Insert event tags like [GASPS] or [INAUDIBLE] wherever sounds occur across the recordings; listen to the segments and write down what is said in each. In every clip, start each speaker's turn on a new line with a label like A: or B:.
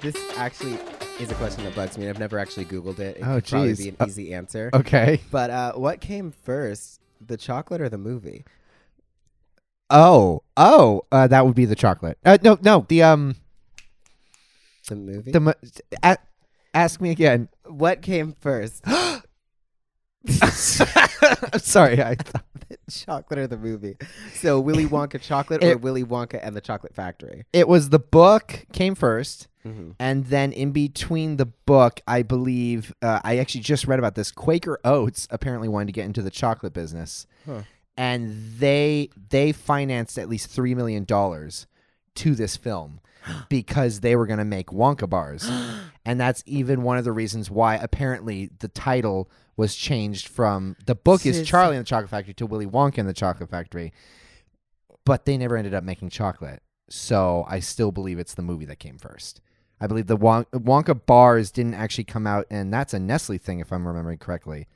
A: This actually is a question that bugs me. and I've never actually Googled it. It
B: Oh,
A: could probably
B: geez.
A: be an
B: Uh,
A: easy answer.
B: Okay.
A: But uh, what came first, the chocolate or the movie?
B: Oh, oh, uh, that would be the chocolate. Uh, no, no, the um,
A: The movie.
B: the mo- a- ask me again. [LAUGHS]
A: what came
B: [GASPS]
A: first,
B: I'm sorry. I
A: chocolate or the movie? So Willy Wonka chocolate or
B: It-
A: Willy Wonka and the Chocolate Factory?
B: it was the book came first.
A: Mm-hmm.
B: And then in between the book, I believe uh, I actually just read about this. Quaker Oats apparently wanted to get into the chocolate business,
A: Huh.
B: and they they financed at least three million dollars to
A: [GASPS]
B: this film because they were going to make Wonka bars, and that's even one of the reasons why apparently the title was changed from the book is
A: Sis-
B: Charlie and the Chocolate Factory to Willy Wonka and the Chocolate Factory, but they never ended up making chocolate. So I still believe it's the movie that came first. I believe the Won- Wonka bars didn't actually come out, and that's a Nestle thing, if I'm remembering correctly.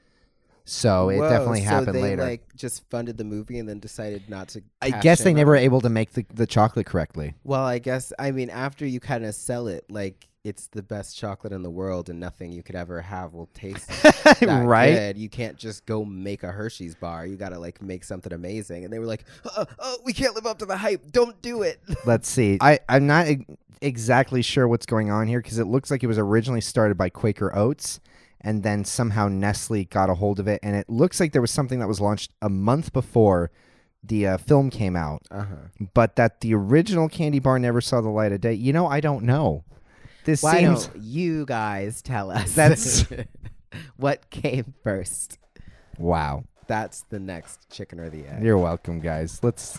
B: So Oh, it
A: Whoa,
B: definitely
A: so
B: happened
A: they,
B: later.
A: Like just funded the movie and then decided not to.
B: I
A: cash
B: guess they
A: in on
B: never were
A: it.
B: able to make the, the chocolate correctly.
A: Well, I guess I mean after you kind of sell it, like it's the best chocolate in the world, and nothing you could ever have will taste that
B: right?
A: good. You can't just go make a Hershey's bar. You gotta like make something amazing. And they were like, oh, oh, we can't live up to the hype. Don't do it. [LAUGHS]
B: Let's see. I, I'm not e- exactly sure what's going on here because it looks like it was originally started by Quaker Oats, and then somehow Nestle got a hold of it. And it looks like there was something that was launched a month before the uh, film came out.
A: Uh huh.
C: Uh-huh.
B: but that the original candy bar never saw the light of day. You know, I don't know. This
A: Why
B: seems
A: don't [LAUGHS] you guys tell us?
B: That's-
A: [LAUGHS] what came first.
B: wow.
A: That's the next chicken or the egg.
B: You're welcome, guys. Let's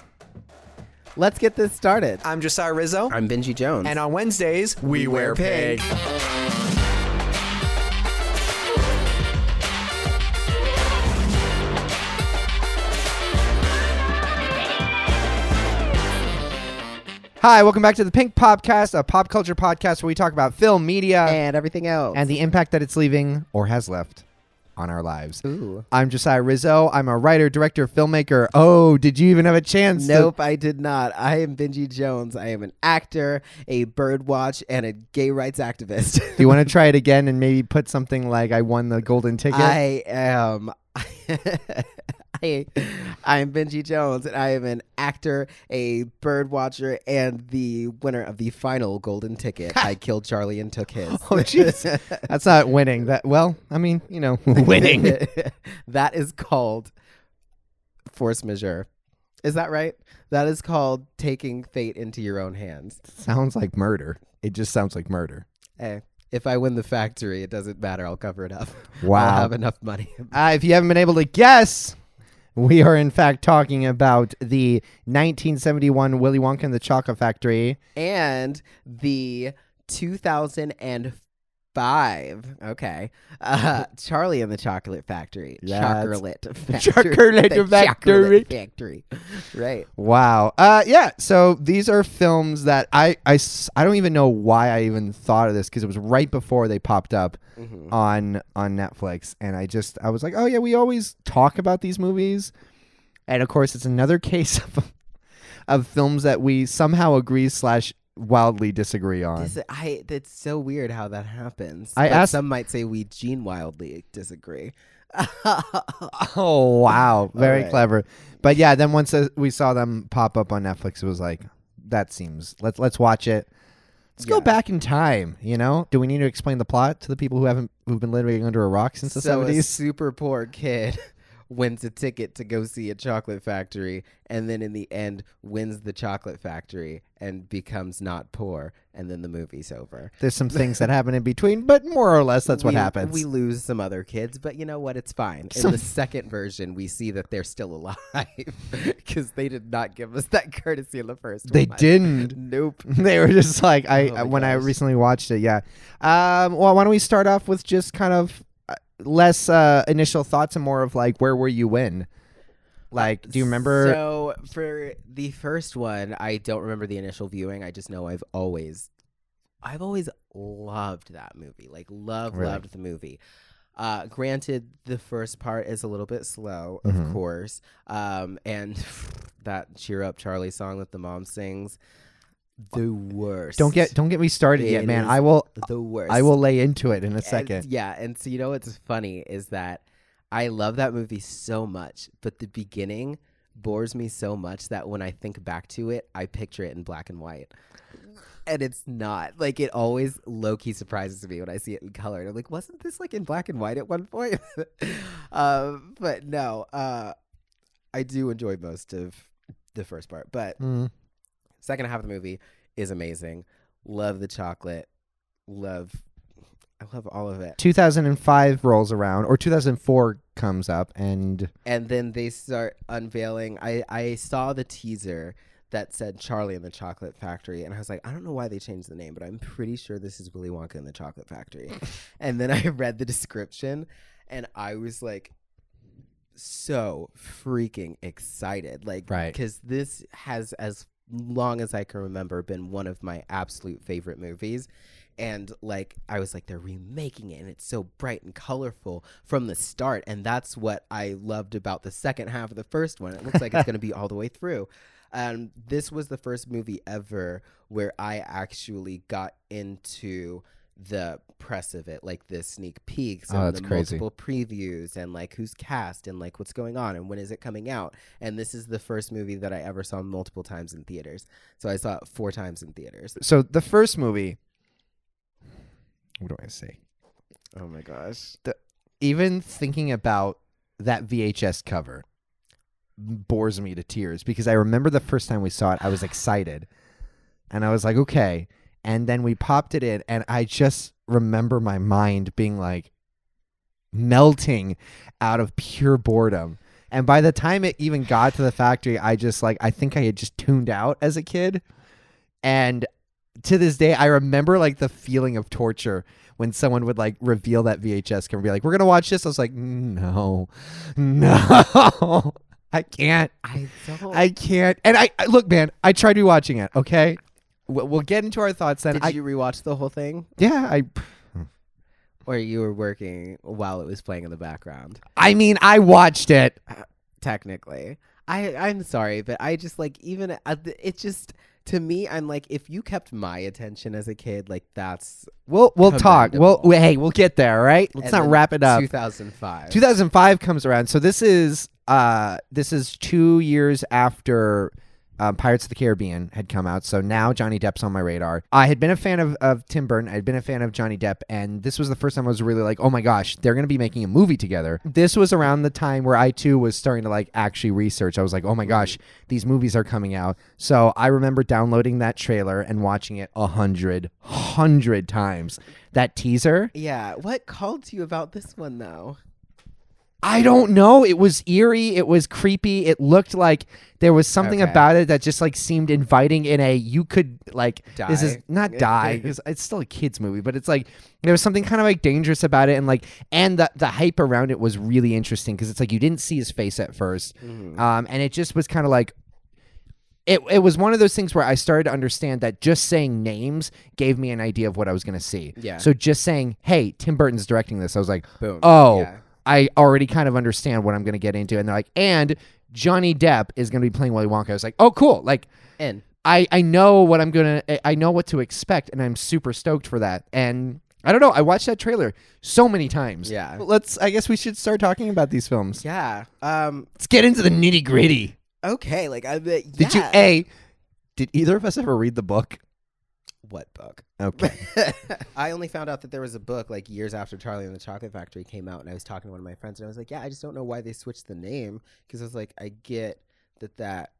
A: Let's get this started.
C: I'm Josiah Rizzo,
A: I'm Benji Jones.
C: and on Wednesdays, we, wear pig.
B: hi, welcome back to the Pink Podcast, a pop culture podcast where we talk about film, media, and,
A: and everything else.
B: the impact that it's leaving or has left on our lives.
A: Ooh.
B: I'm Josiah Rizzo. I'm a writer, director, filmmaker. Oh, did you even have a chance? to-
A: Nope, I did not. I am Benji Jones. I am an actor, a birdwatch, and a gay rights
B: [LAUGHS]
A: activist.
B: [LAUGHS] Do you want to try it again and maybe put something like "I won the golden ticket"?
A: I am. [LAUGHS] I, I am Benji Jones, and I am an actor, a birdwatcher, and the winner of the final golden ticket.
B: [LAUGHS]
A: I killed Charlie and took his.
B: Oh,
A: [LAUGHS]
B: jeez. That's not winning. That well, I mean, you know, winning.
A: [LAUGHS] that is called force majeure. Is that right? That is called taking fate into your own hands.
B: sounds like murder. It just sounds like murder.
A: Hey, eh, if I win the factory, it doesn't matter. I'll cover it up. [LAUGHS]
B: Wow.
A: I'll have enough money. [LAUGHS]
B: Uh, if you haven't been able to guess, we are in fact talking about the 1971 Willy Wonka and the Chocolate Factory.
A: and the 2005. Okay. Uh, Charlie and the Chocolate Factory.
B: That's-
A: Chocolate Factory. [LAUGHS]
B: Chocolate
A: The
B: Factory.
A: Chocolate Factory. Right.
B: Wow. Uh, yeah. So these are films that I, I s- I don't even know why I even thought of this because it was right before they popped up on on Netflix, and I just I was like, oh yeah, we always talk about these movies, and of course it's another [LAUGHS] case of of films that we somehow agree slash wildly disagree on.
A: This, I, it's so weird how that happens.
B: Uh, I
A: But
B: asked-
A: Some might say we gene wildly disagree. [LAUGHS]
B: Oh wow, very
A: right.
B: clever. But yeah, then once uh, we saw them pop up on Netflix, it was like that seems let's let's watch it. Let's go
A: Yeah.
B: back in time. You know, do we need to explain the plot to the people who haven't who've been living under a rock since the
A: so a
B: seventies?
A: super poor kid [LAUGHS] wins a ticket to go see a chocolate factory and then in the end wins the chocolate factory and becomes not poor and then the movie's over
B: [LAUGHS]
A: [LAUGHS]
B: There's some things that happen in between, but more or less that's what
A: We-
B: happens.
A: we lose some other kids but you know what it's fine in
B: Some-
A: the second version we see that they're still alive [LAUGHS] because they did not give us that courtesy in the first
B: they
A: one
B: didn't.
A: nope
B: [LAUGHS] They were just like I uh,
A: Oh my
B: when I
A: gosh.
B: recently watched it. Yeah. Um, well, why don't we start off with just kind of uh, less uh, initial thoughts and more of like where were you when?
A: Uh,
B: Like, do you remember?
A: So for the first one, I don't remember the initial viewing. I just know I've always, I've always loved that movie. Like loved,
B: Really?
A: loved the movie. Uh, granted, the first part is a little bit slow,
B: Mhm.
A: of [LAUGHS] course. Um, and that cheer up Charlie song that the mom sings. the worst.
B: Don't get don't get me started
A: It
B: yet, man.
A: is
B: I will
A: the worst.
B: I will lay into it in a
A: And-
B: second.
A: yeah, and so you know what's funny is that I love that movie so much, but the beginning bores me so much that when I think back to it, I picture it in black and white. And it's not like it always low key surprises me when I see it in color. And I'm like, wasn't this like in black and white at one point? [LAUGHS] um, but no, uh, I do enjoy most of the first part, but
B: Mm.
A: second half of the movie is amazing. Love the chocolate. Love, I love all of it.
B: 2005 rolls around, or 2004 comes up, and
A: and then they start unveiling i i saw the teaser that said charlie and the chocolate factory and i was like i don't know why they changed the name but i'm pretty sure this is willy wonka and the chocolate factory and then i read the description and i was like so freaking excited like
B: Right.
A: because this has as long as i can remember been one of my absolute favorite movies and like i was like they're remaking it and it's so bright and colorful from the start and that's what i loved about the second half of the first one it looks like it's going to be all the way through um, this was the first movie ever where i actually got into the press of it like the sneak peeks
B: Oh,
A: and
B: that's
A: the
B: crazy.
A: multiple previews and like who's cast and like what's going on and when is it coming out and this is the first movie that i ever saw multiple times in theaters so i saw it four times in theaters
B: so the first movie. What do I say?
A: oh my gosh
B: Even thinking about that VHS cover bores me to tears because I remember the first time we saw it, I was excited, and I was like, okay. And then we popped it in, and I just remember my mind being like melting out of pure boredom. And by the time it even got to the factory, I just like I think I had just tuned out as a kid. And to this day, I remember like the feeling of torture when someone would like reveal that VHS can be like, "We're gonna watch this." I was like, "No, no, [LAUGHS] I can't."
A: i don't
B: I can't. And I, I look, man. I tried rewatching it. Okay, we'll, we'll get into our thoughts then.
A: did
B: I,
A: you rewatch the whole thing
B: yeah, I.
A: or you were working while it was playing in the background
B: I mean, I watched it.
A: technically i i'm sorry but i just like even at the- it just to me i'm like if you kept my attention as a kid like that's
B: We'll we'll talk. We'll
A: Commendable.
B: hey, we'll get there. All right. Let's
A: and
B: not
A: then
B: wrap it up.
A: 2005
B: 2005 comes around. So this is uh this is 2 years after um, Pirates of the Caribbean had come out. So now Johnny Depp's on my radar. I had been a fan of, of Tim Burton. I had been a fan of Johnny Depp. And this was the first time I was really like, oh my gosh, they're going to be making a movie together. This was around the time where I too was starting to like actually research. I was like, oh my gosh, these movies are coming out. So I remember downloading that trailer and watching it a hundred, hundred times. That teaser.
A: yeah what called to you about this one though
B: I don't know. It was eerie. It was creepy. It looked like there was something
A: Okay.
B: about it that just like seemed inviting in a you could like this is
A: Die.
B: not die 'cause it's still a kids movie, but it's like there was something kind of like dangerous about it and like and the the hype around it was really interesting because it's like you didn't see his face at 1st
A: Mm.
B: um, and it just was kind of like it, it was one of those things where I started to understand that just saying names gave me an idea of what I was going to see.
A: Yeah.
B: So just saying, "Hey, Tim Burton's directing this," I was like,
A: Boom.
B: "Oh,
A: Yeah.
B: I already kind of understand what I'm going to get into." And they're like, "And Johnny Depp is going to be playing Willy Wonka." I was like, "Oh, cool!" Like,
A: and
B: I I know what I'm gonna I- I know what to expect, and I'm super stoked for that. And I don't know, I watched that trailer so many times.
A: Yeah.
B: Let's. I guess we should start talking about these films.
A: yeah um
B: Let's get into the nitty gritty.
A: okay like i bet
B: Did
A: yeah.
B: you a? Did either of us ever read the book?
A: what book
B: Okay.
A: [LAUGHS] I only found out that there was a book like years after Charlie and the Chocolate Factory came out, and I was talking to one of my friends, and I was like, "Yeah, I just don't know why they switched the name." Because I was like, I get that that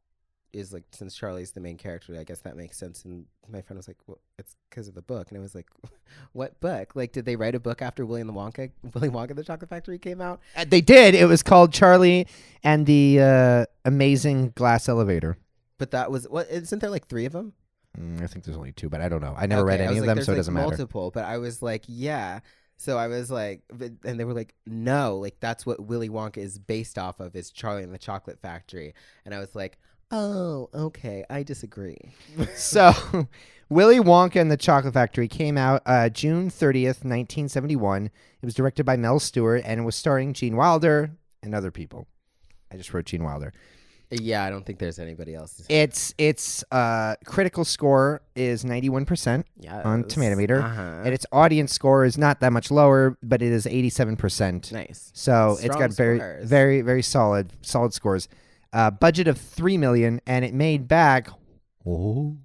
A: is like since Charlie's the main character, I guess that makes sense. And my friend was like, "Well, it's because of the book," and I was like, [LAUGHS] "What book? Like, did they write a book after William the Wonka, Willy Wonka and the Chocolate Factory came out?"
B: Uh, [LAUGHS] they did. It was called Charlie and the uh, Amazing Glass Elevator.
A: But that was what isn't there like three of them?
B: Mm, I think there's only two, but I don't know. I never
A: Okay,
B: read
A: I
B: any
A: was
B: of
A: like,
B: them,
A: there's,
B: so it
A: like,
B: doesn't matter.
A: Multiple, but I was like, yeah. So I was like, but- and they were like, no, like that's what Willy Wonka is based off of is Charlie and the Chocolate Factory, and I was like, oh, okay, I disagree.
B: so [LAUGHS] Willy Wonka and the Chocolate Factory came out uh, June 30th, 1971. It was directed by Mel Stewart and was starring Gene Wilder and other people. I just wrote Gene Wilder.
A: Yeah, I don't think there's anybody else.
B: It's its uh, critical score is ninety one percent
A: Yeah,
B: on Tomatometer,
A: Uh-huh.
B: and its audience score is not that much lower, but it is eighty seven percent.
A: nice.
B: So it's
A: Strong
B: got very,
A: scores.
B: very, very solid, solid scores. Uh, budget of three million, and it made back oh,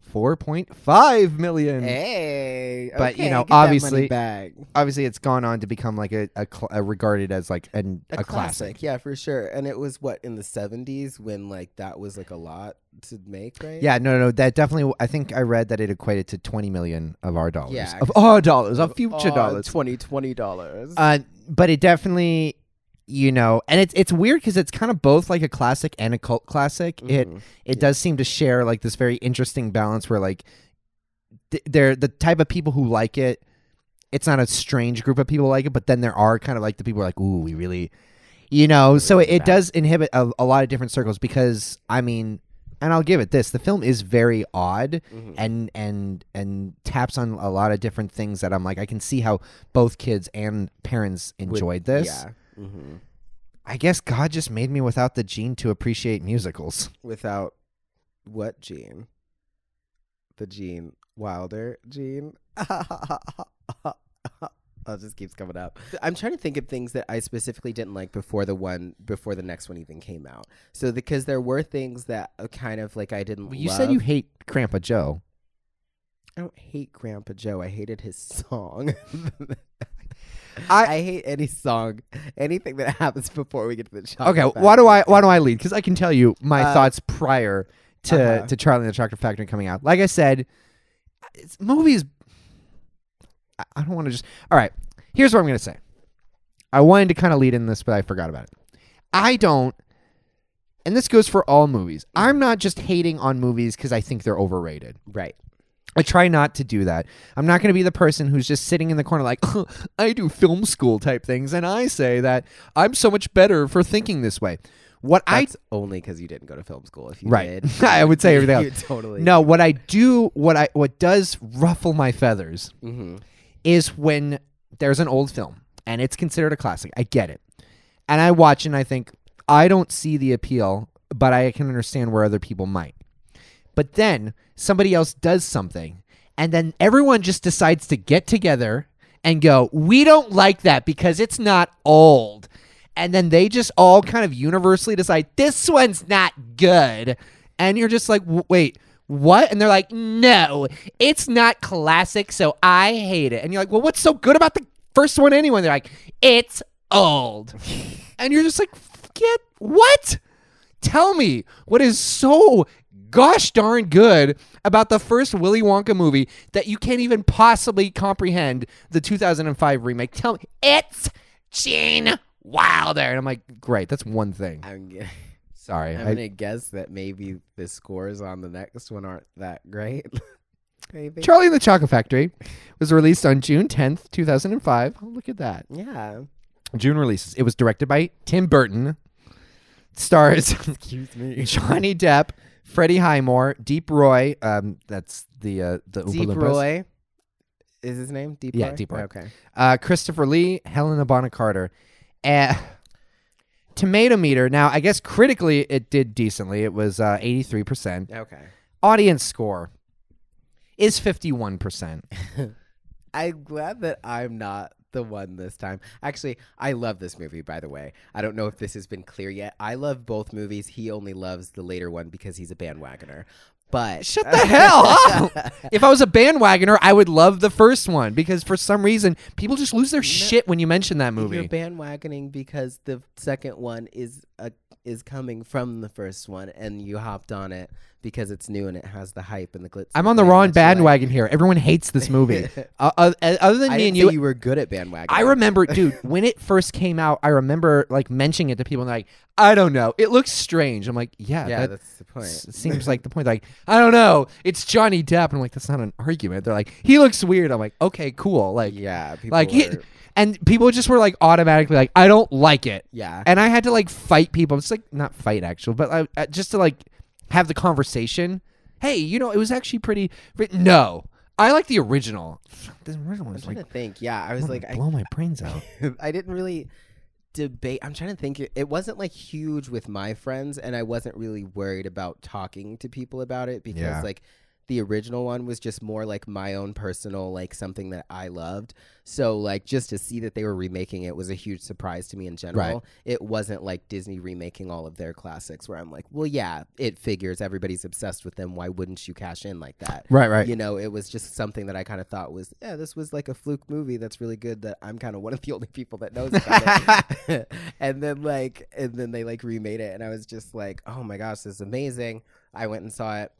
B: four point five million.
A: Hey,
B: But, you
A: okay,
B: know,
A: get that money
B: obviously-
A: back.
B: Obviously, it's gone on to become like a, a, cl- a regarded as like an, a, classic.
A: Yeah, for sure. And it was what in the seventies when like that was like a lot to make, right?
B: Yeah, no, no, no, that definitely. I think I read that it equated to twenty million of our dollars,
A: Yeah,
B: of our dollars, of future
A: Future
B: dollars.
A: Oh, twenty twenty dollars.
B: uh, but it definitely, you know, and it's it's weird because it's kind of both like a classic and a cult classic. It
A: Mhm.
B: it does seem to share like this very interesting balance where like th- they're the type of people who like it. It's not a strange group of people like it, but then there are kind of like the people who are like, ooh, we really, you know. So it, it does inhibit a, a lot of different circles because I mean, and I'll give it this: the film is very odd
A: Mm-hmm.
B: and and and taps on a lot of different things that I'm like, I can see how both kids and parents enjoyed this.
A: Yeah. hmm
B: I guess God just made me without the gene to appreciate musicals.
A: Without what gene? The gene Wilder gene. [LAUGHS] Oh, it just keeps coming up. I'm trying to think of things that I specifically didn't like before the one before the next one even came out. So because there were things that uh, kind of like I didn't.
B: Well, you said you
A: love.
B: hate Grandpa Joe.
A: I don't hate Grandpa Joe. I hated his song. I,
B: [LAUGHS] I-
A: hate any song, anything that [LAUGHS] happens before we get to the chocolate.
B: Okay,
A: factory.
B: why do I why do I lead? Because I can tell you my
A: Uh,
B: thoughts prior to
A: uh-huh.
B: to Charlie and the Chocolate Factory coming out. Like I said, it's, movies. I, I don't want to just. All right, here's what I'm gonna say. I wanted to kind of lead in this, but I forgot about it. I don't, and this goes for all movies. I'm not just hating on movies because I think they're overrated.
A: Right.
B: I try not to do that. I'm not going to be the person who's just sitting in the corner like, [LAUGHS] I do film school type things, and I say that I'm so much better for thinking this way. What I
A: That's only because you didn't go to film school. If you
B: right,
A: did,
B: [LAUGHS] I would
A: [LAUGHS]
B: say everything
A: you
B: else.
A: totally
B: No, what I do, what I what does ruffle my feathers
A: hmm
B: is when there's an old film and it's considered a classic. I get it, and I watch and I think I don't see the appeal, but I can understand where other people might. But then somebody else does something, and then everyone just decides to get together and go, We don't like that because it's not old. And then they just all kind of universally decide, This one's not good. And you're just like, "W- Wait, what? And they're like, No, it's not classic, so I hate it. And you're like, Well, what's so good about the first one anyway? They're like, It's old. and you're just like, Get what? Tell me what is so gosh darn good about the first Willy Wonka movie that you can't even possibly comprehend the 2005 remake. Tell me it's Gene Wilder, and I'm like, great, that's one thing.
A: I'm gonna,
B: Sorry,
A: I'm
B: I-
A: gonna guess that maybe the scores on the next one aren't that great. [LAUGHS] maybe.
B: Charlie and the Chocolate Factory was released on June 10th, 2005. Oh, look at that.
A: Yeah.
B: June releases. It was directed by Tim Burton. Stars [LAUGHS]
A: Excuse me.
B: Johnny Depp, Freddie Highmore, Deep Roy. Um, that's the uh, the Oompa
A: Deep
B: Loompas.
A: Roy. Is his name Deep
B: Yeah,
A: Roy?
B: Deep Roy.
A: Okay.
B: uh, Christopher Lee, Helena Bonham Carter. Uh, [LAUGHS] tomato meter. Now, I guess critically, it did decently. It was uh, 83%.
A: Okay.
B: Audience score is 51%.
A: I'm glad that I'm not the one this time. Actually, I love this movie, by the way. I don't know if this has been clear yet. I love both movies. He only loves the later one because he's a bandwagoner. But
B: Shut
A: [LAUGHS]
B: the hell up! If I was a bandwagoner, I would love the first one because for some reason, people just lose their shit when you mention that
A: You're
B: movie.
A: bandwagoning because the second one is a, is coming from the first one, and you hopped on it because it's new and it has the hype and the glitz.
B: I'm
A: and
B: on the
A: glam
B: wrong
A: that you like.
B: bandwagon here. Everyone hates this
A: [LAUGHS]
B: movie. uh, uh, other than
A: I
B: me
A: didn't
B: and
A: say
B: you,
A: were good at bandwagoning.
B: I remember, dude, when it first came out, I remember like mentioning it to people and they're like, I don't know. It looks strange. I'm like, yeah,
A: Yeah,
B: that
A: that's the point.
B: s- seems like the point. Like, I don't know. It's Johnny Depp. And I'm like, that's not an argument. They're like, he looks weird. I'm like, okay, cool. Like,
A: yeah, people
B: like, [LAUGHS] he,
A: were-
B: and people just were like automatically like, I don't like it.
A: yeah,
B: And I had to like fight people. It's like, not fight actual, but I, I- just to like have the conversation. Hey, you know, it was actually pretty. No, I like the original. The original was
A: I'm trying
B: like,
A: to think. Yeah, [LAUGHS] I was like,
B: blow my brains out.
A: I, I didn't really debate. I'm trying to think. It wasn't like huge with my friends, and I wasn't really worried about talking to people about it because
B: Yeah.
A: like the original one was just more like my own personal like something that I loved. So like just to see that they were remaking it was a huge surprise to me in general. It wasn't like Disney remaking all of their classics where I'm like, well, yeah, it figures everybody's obsessed with them. Why wouldn't you cash in like that?
B: Right, right.
A: You know, it was just something that I kind of thought was, yeah, this was like a fluke movie that's really good that I'm kind of one of the only people that knows about it. [LAUGHS] and then like, and then they like remade it, and I was just like, oh my gosh, this is amazing. I went and saw it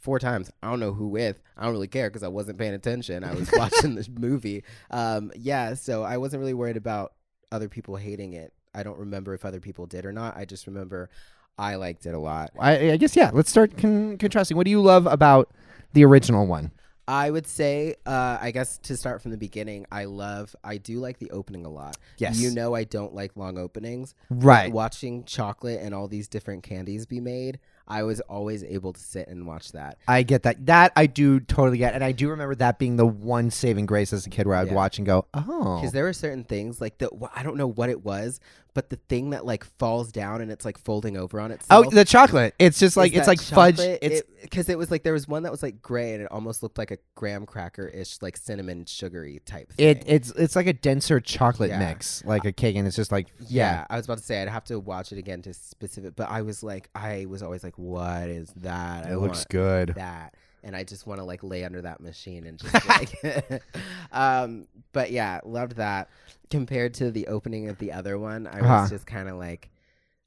A: four times. I don't know who with. I don't really care because I wasn't paying attention. I was watching the movie. Um, yeah, so I wasn't really worried about other people hating it. I don't remember if other people did or not. I just remember I liked it a lot.
B: I, I guess yeah. Let's start con- contrasting. What do you love about the original one?
A: I would say, uh, I guess to start from the beginning, I love, I do like the opening a lot.
B: Yes.
A: You know, I don't like long openings.
B: Right.
A: Watching chocolate and all these different candies be made, I was always able to sit and watch that.
B: I get that. That I do totally get, and I do remember that being the one saving grace as a kid where I'd
A: Yeah.
B: watch and go, "Oh,
A: Because there were certain things, like the, wh- I don't know what it was, but the thing that like falls down and it's like folding over on itself.
B: oh, the chocolate." It's just like
A: is
B: it's
A: that
B: like fudge.
A: chocolate.
B: It's
A: because it, was like there was one that was like gray and it almost looked like a graham cracker ish, like cinnamon sugary type. Thing.
B: it it's it's like a denser chocolate
A: Yeah.
B: mix, like a cake, and it's just like
A: Yeah,
B: yeah.
A: I was about to say I'd have to watch it again to specific, but I was like, I was always like, what is that? I want
B: good.
A: That, and I just want to like lay under that machine and just
B: [LAUGHS]
A: like, [LAUGHS] um, but yeah, loved that. Compared to the opening of the other one, I was
B: Uh-huh.
A: just kind of like.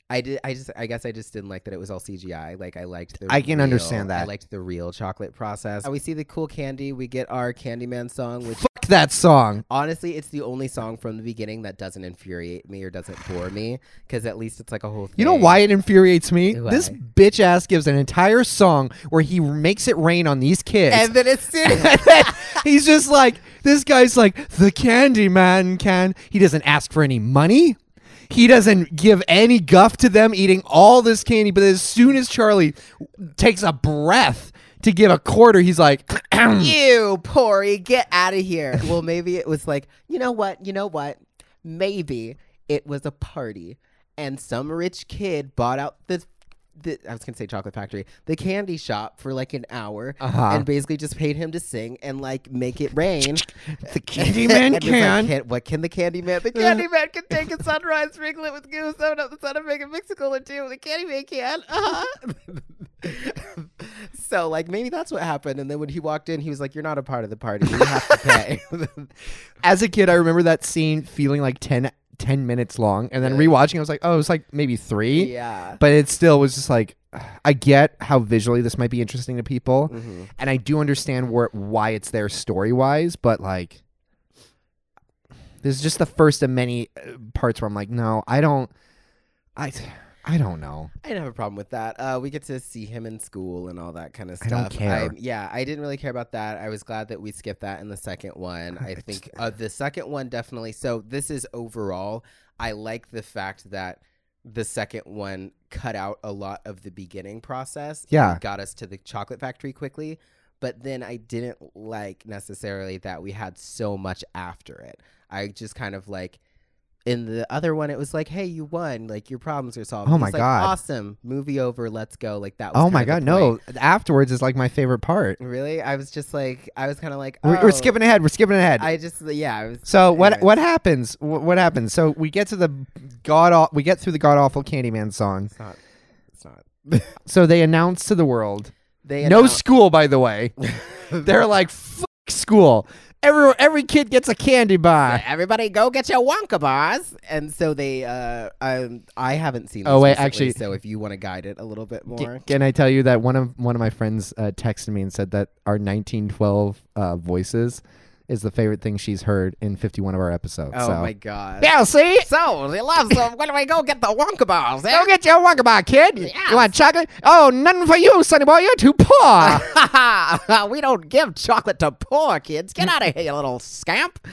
A: I did. I just. I guess I just didn't like that it was all CGI. Like I liked the.
B: I can
A: real-
B: understand
A: I
B: that.
A: liked the real chocolate process. Uh, we see the cool candy. We get our Candyman song, which
B: Fuck that song.
A: Honestly, it's the only song from the beginning that doesn't infuriate me or doesn't bore me because at least it's like a whole thing.
B: You know why it infuriates me?
A: Why?
B: This bitch ass gives an entire song where he makes it rain on these kids.
A: And then it's
B: [LAUGHS] And then he's just like this guy's like the candy man can he doesn't ask for any money he doesn't give any guff to them eating all this candy but as soon as charlie takes a breath to give a quarter he's like [CLEARS THROAT]
A: you, Pori, get out of here. well, maybe it was like, you know what? You know what? Maybe it was a party and some rich kid bought out the. The, I was gonna say chocolate factory, the candy shop for like an hour,
B: Uh-huh.
A: and basically just paid him to sing and like make it rain. [LAUGHS]
B: the candy man
A: And it's like,
B: can
A: "Can't- what can the candy man? The candy man can take a sunrise, sprinkle it with goose, open up the sun, and make a mixtacle or two. The candy man can. Uh-huh. [LAUGHS] so, like, maybe that's what happened. And then when he walked in, he was like, "You're not a part of the party. You have to pay."
B: as a kid i remember that scene feeling like 10 10 minutes long and then rewatching i was like oh it's like maybe three
A: yeah.
B: but it still was just like I get how visually this might be interesting to people,
A: Mm-hmm.
B: and I do understand where why it's there story wise, but like this is just the first of many uh, parts where I'm like, no, I don't, I, I don't know.
A: I didn't have a problem with that. Uh, we get to see him in school and all that kind of
B: I
A: stuff.
B: don't care.
A: yeah, I didn't really care about that. I was glad that we skipped that in the second one. I think uh, the second one definitely. So this is overall. I like the fact that the second one cut out a lot of the beginning process. and
B: Yeah.
A: got us to the chocolate factory quickly. But then I didn't like necessarily that we had so much after it. I just kind of like in the other one, it was like, "Hey, you won! Like your problems are solved."
B: Oh
A: It's
B: my
A: like,
B: God.
A: Awesome movie over. Let's go! Like that. Was
B: Oh my
A: kinda
B: god,
A: the
B: no!
A: point.
B: Afterwards is like my favorite part.
A: Really, I was just like, I was kind of like,
B: We're, we're
A: oh.
B: skipping ahead. We're skipping ahead.
A: I just yeah. I was,
B: [LAUGHS] so what
A: anyway.
B: what happens? What, what happens? So we get to the god aw- we get through the god awful Candyman song.
A: It's not. It's not.
B: So they announce to the world
A: They
B: No
A: announce-
B: school, by
A: [LAUGHS]
B: the way. They're like, fuck school. Every, every kid gets a
A: [LAUGHS]
B: candy bar.
A: Everybody, go get your Wonka bars. And so they, uh, um, I haven't seen. This
B: Oh, wait,
A: recently,
B: actually-
A: so if you want to guide it a little bit more,
B: Can, can I tell you that one of one of my friends uh, texted me and said that our 1912 uh, voices is the favorite thing she's heard in 51 of our episodes.
A: oh
B: so.
A: my god.
B: Yeah, see?
A: So they love them. Where do we go get the Wonka bars? Eh?
B: Go get your Wonka bar, kid.
A: Yes.
B: You want chocolate? Oh, nothing for you, sonny boy. You're too
A: [LAUGHS]
B: poor. [LAUGHS]
A: we don't give chocolate to poor kids. Get out of here, you little scamp.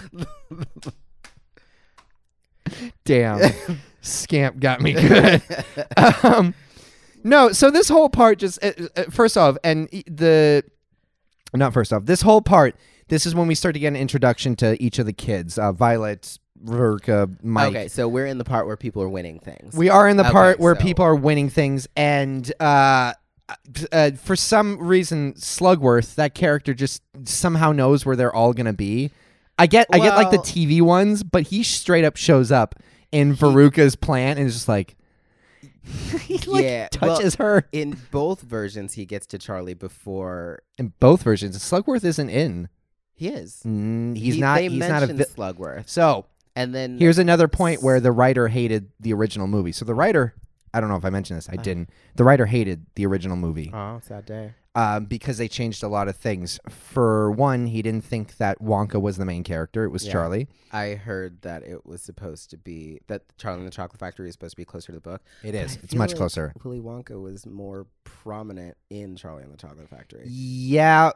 A: [LAUGHS]
B: Damn. Scamp got me good. um, no, so this whole part just uh, uh, first off, and e- the not first off, this whole part. This is when we start to get an introduction to each of the kids. Uh, Violet, Verka Mike.
A: Okay, so we're in the part where people are winning things.
B: We are in the
A: Okay,
B: part where
A: so-
B: people are winning things, and uh, uh, for some reason, Slugworth, that character, just somehow knows where they're all gonna be. I get, I get like the
A: Well-
B: TV ones, but he straight up shows up in Veruca's plant and is just like, he like
A: Yeah, well-
B: touches her
A: in both versions, he gets to Charlie before
B: in both versions. Slugworth isn't in.
A: he is.
B: Mm, he's
A: He-
B: not.
A: They
B: He's not a.
A: mentioned
B: Vi-
A: Slugworth,
B: so
A: and then
B: Here's another point where the writer hated the original movie. So the writer, I don't know if I mentioned
A: Uh-huh.
B: this, I didn't. The writer hated the original movie
A: oh sad day.
B: um, because they changed a lot of things. For one, he didn't think that Wonka was the main character; it was
A: Yeah.
B: Charlie.
A: I heard that it was supposed to be that Charlie and the Chocolate Factory is supposed to be closer to the book.
B: It
A: But
B: is.
A: I
B: It's
A: feel
B: much
A: like
B: closer.
A: Willy Wonka was more prominent in Charlie and the Chocolate Factory.
B: Yeah,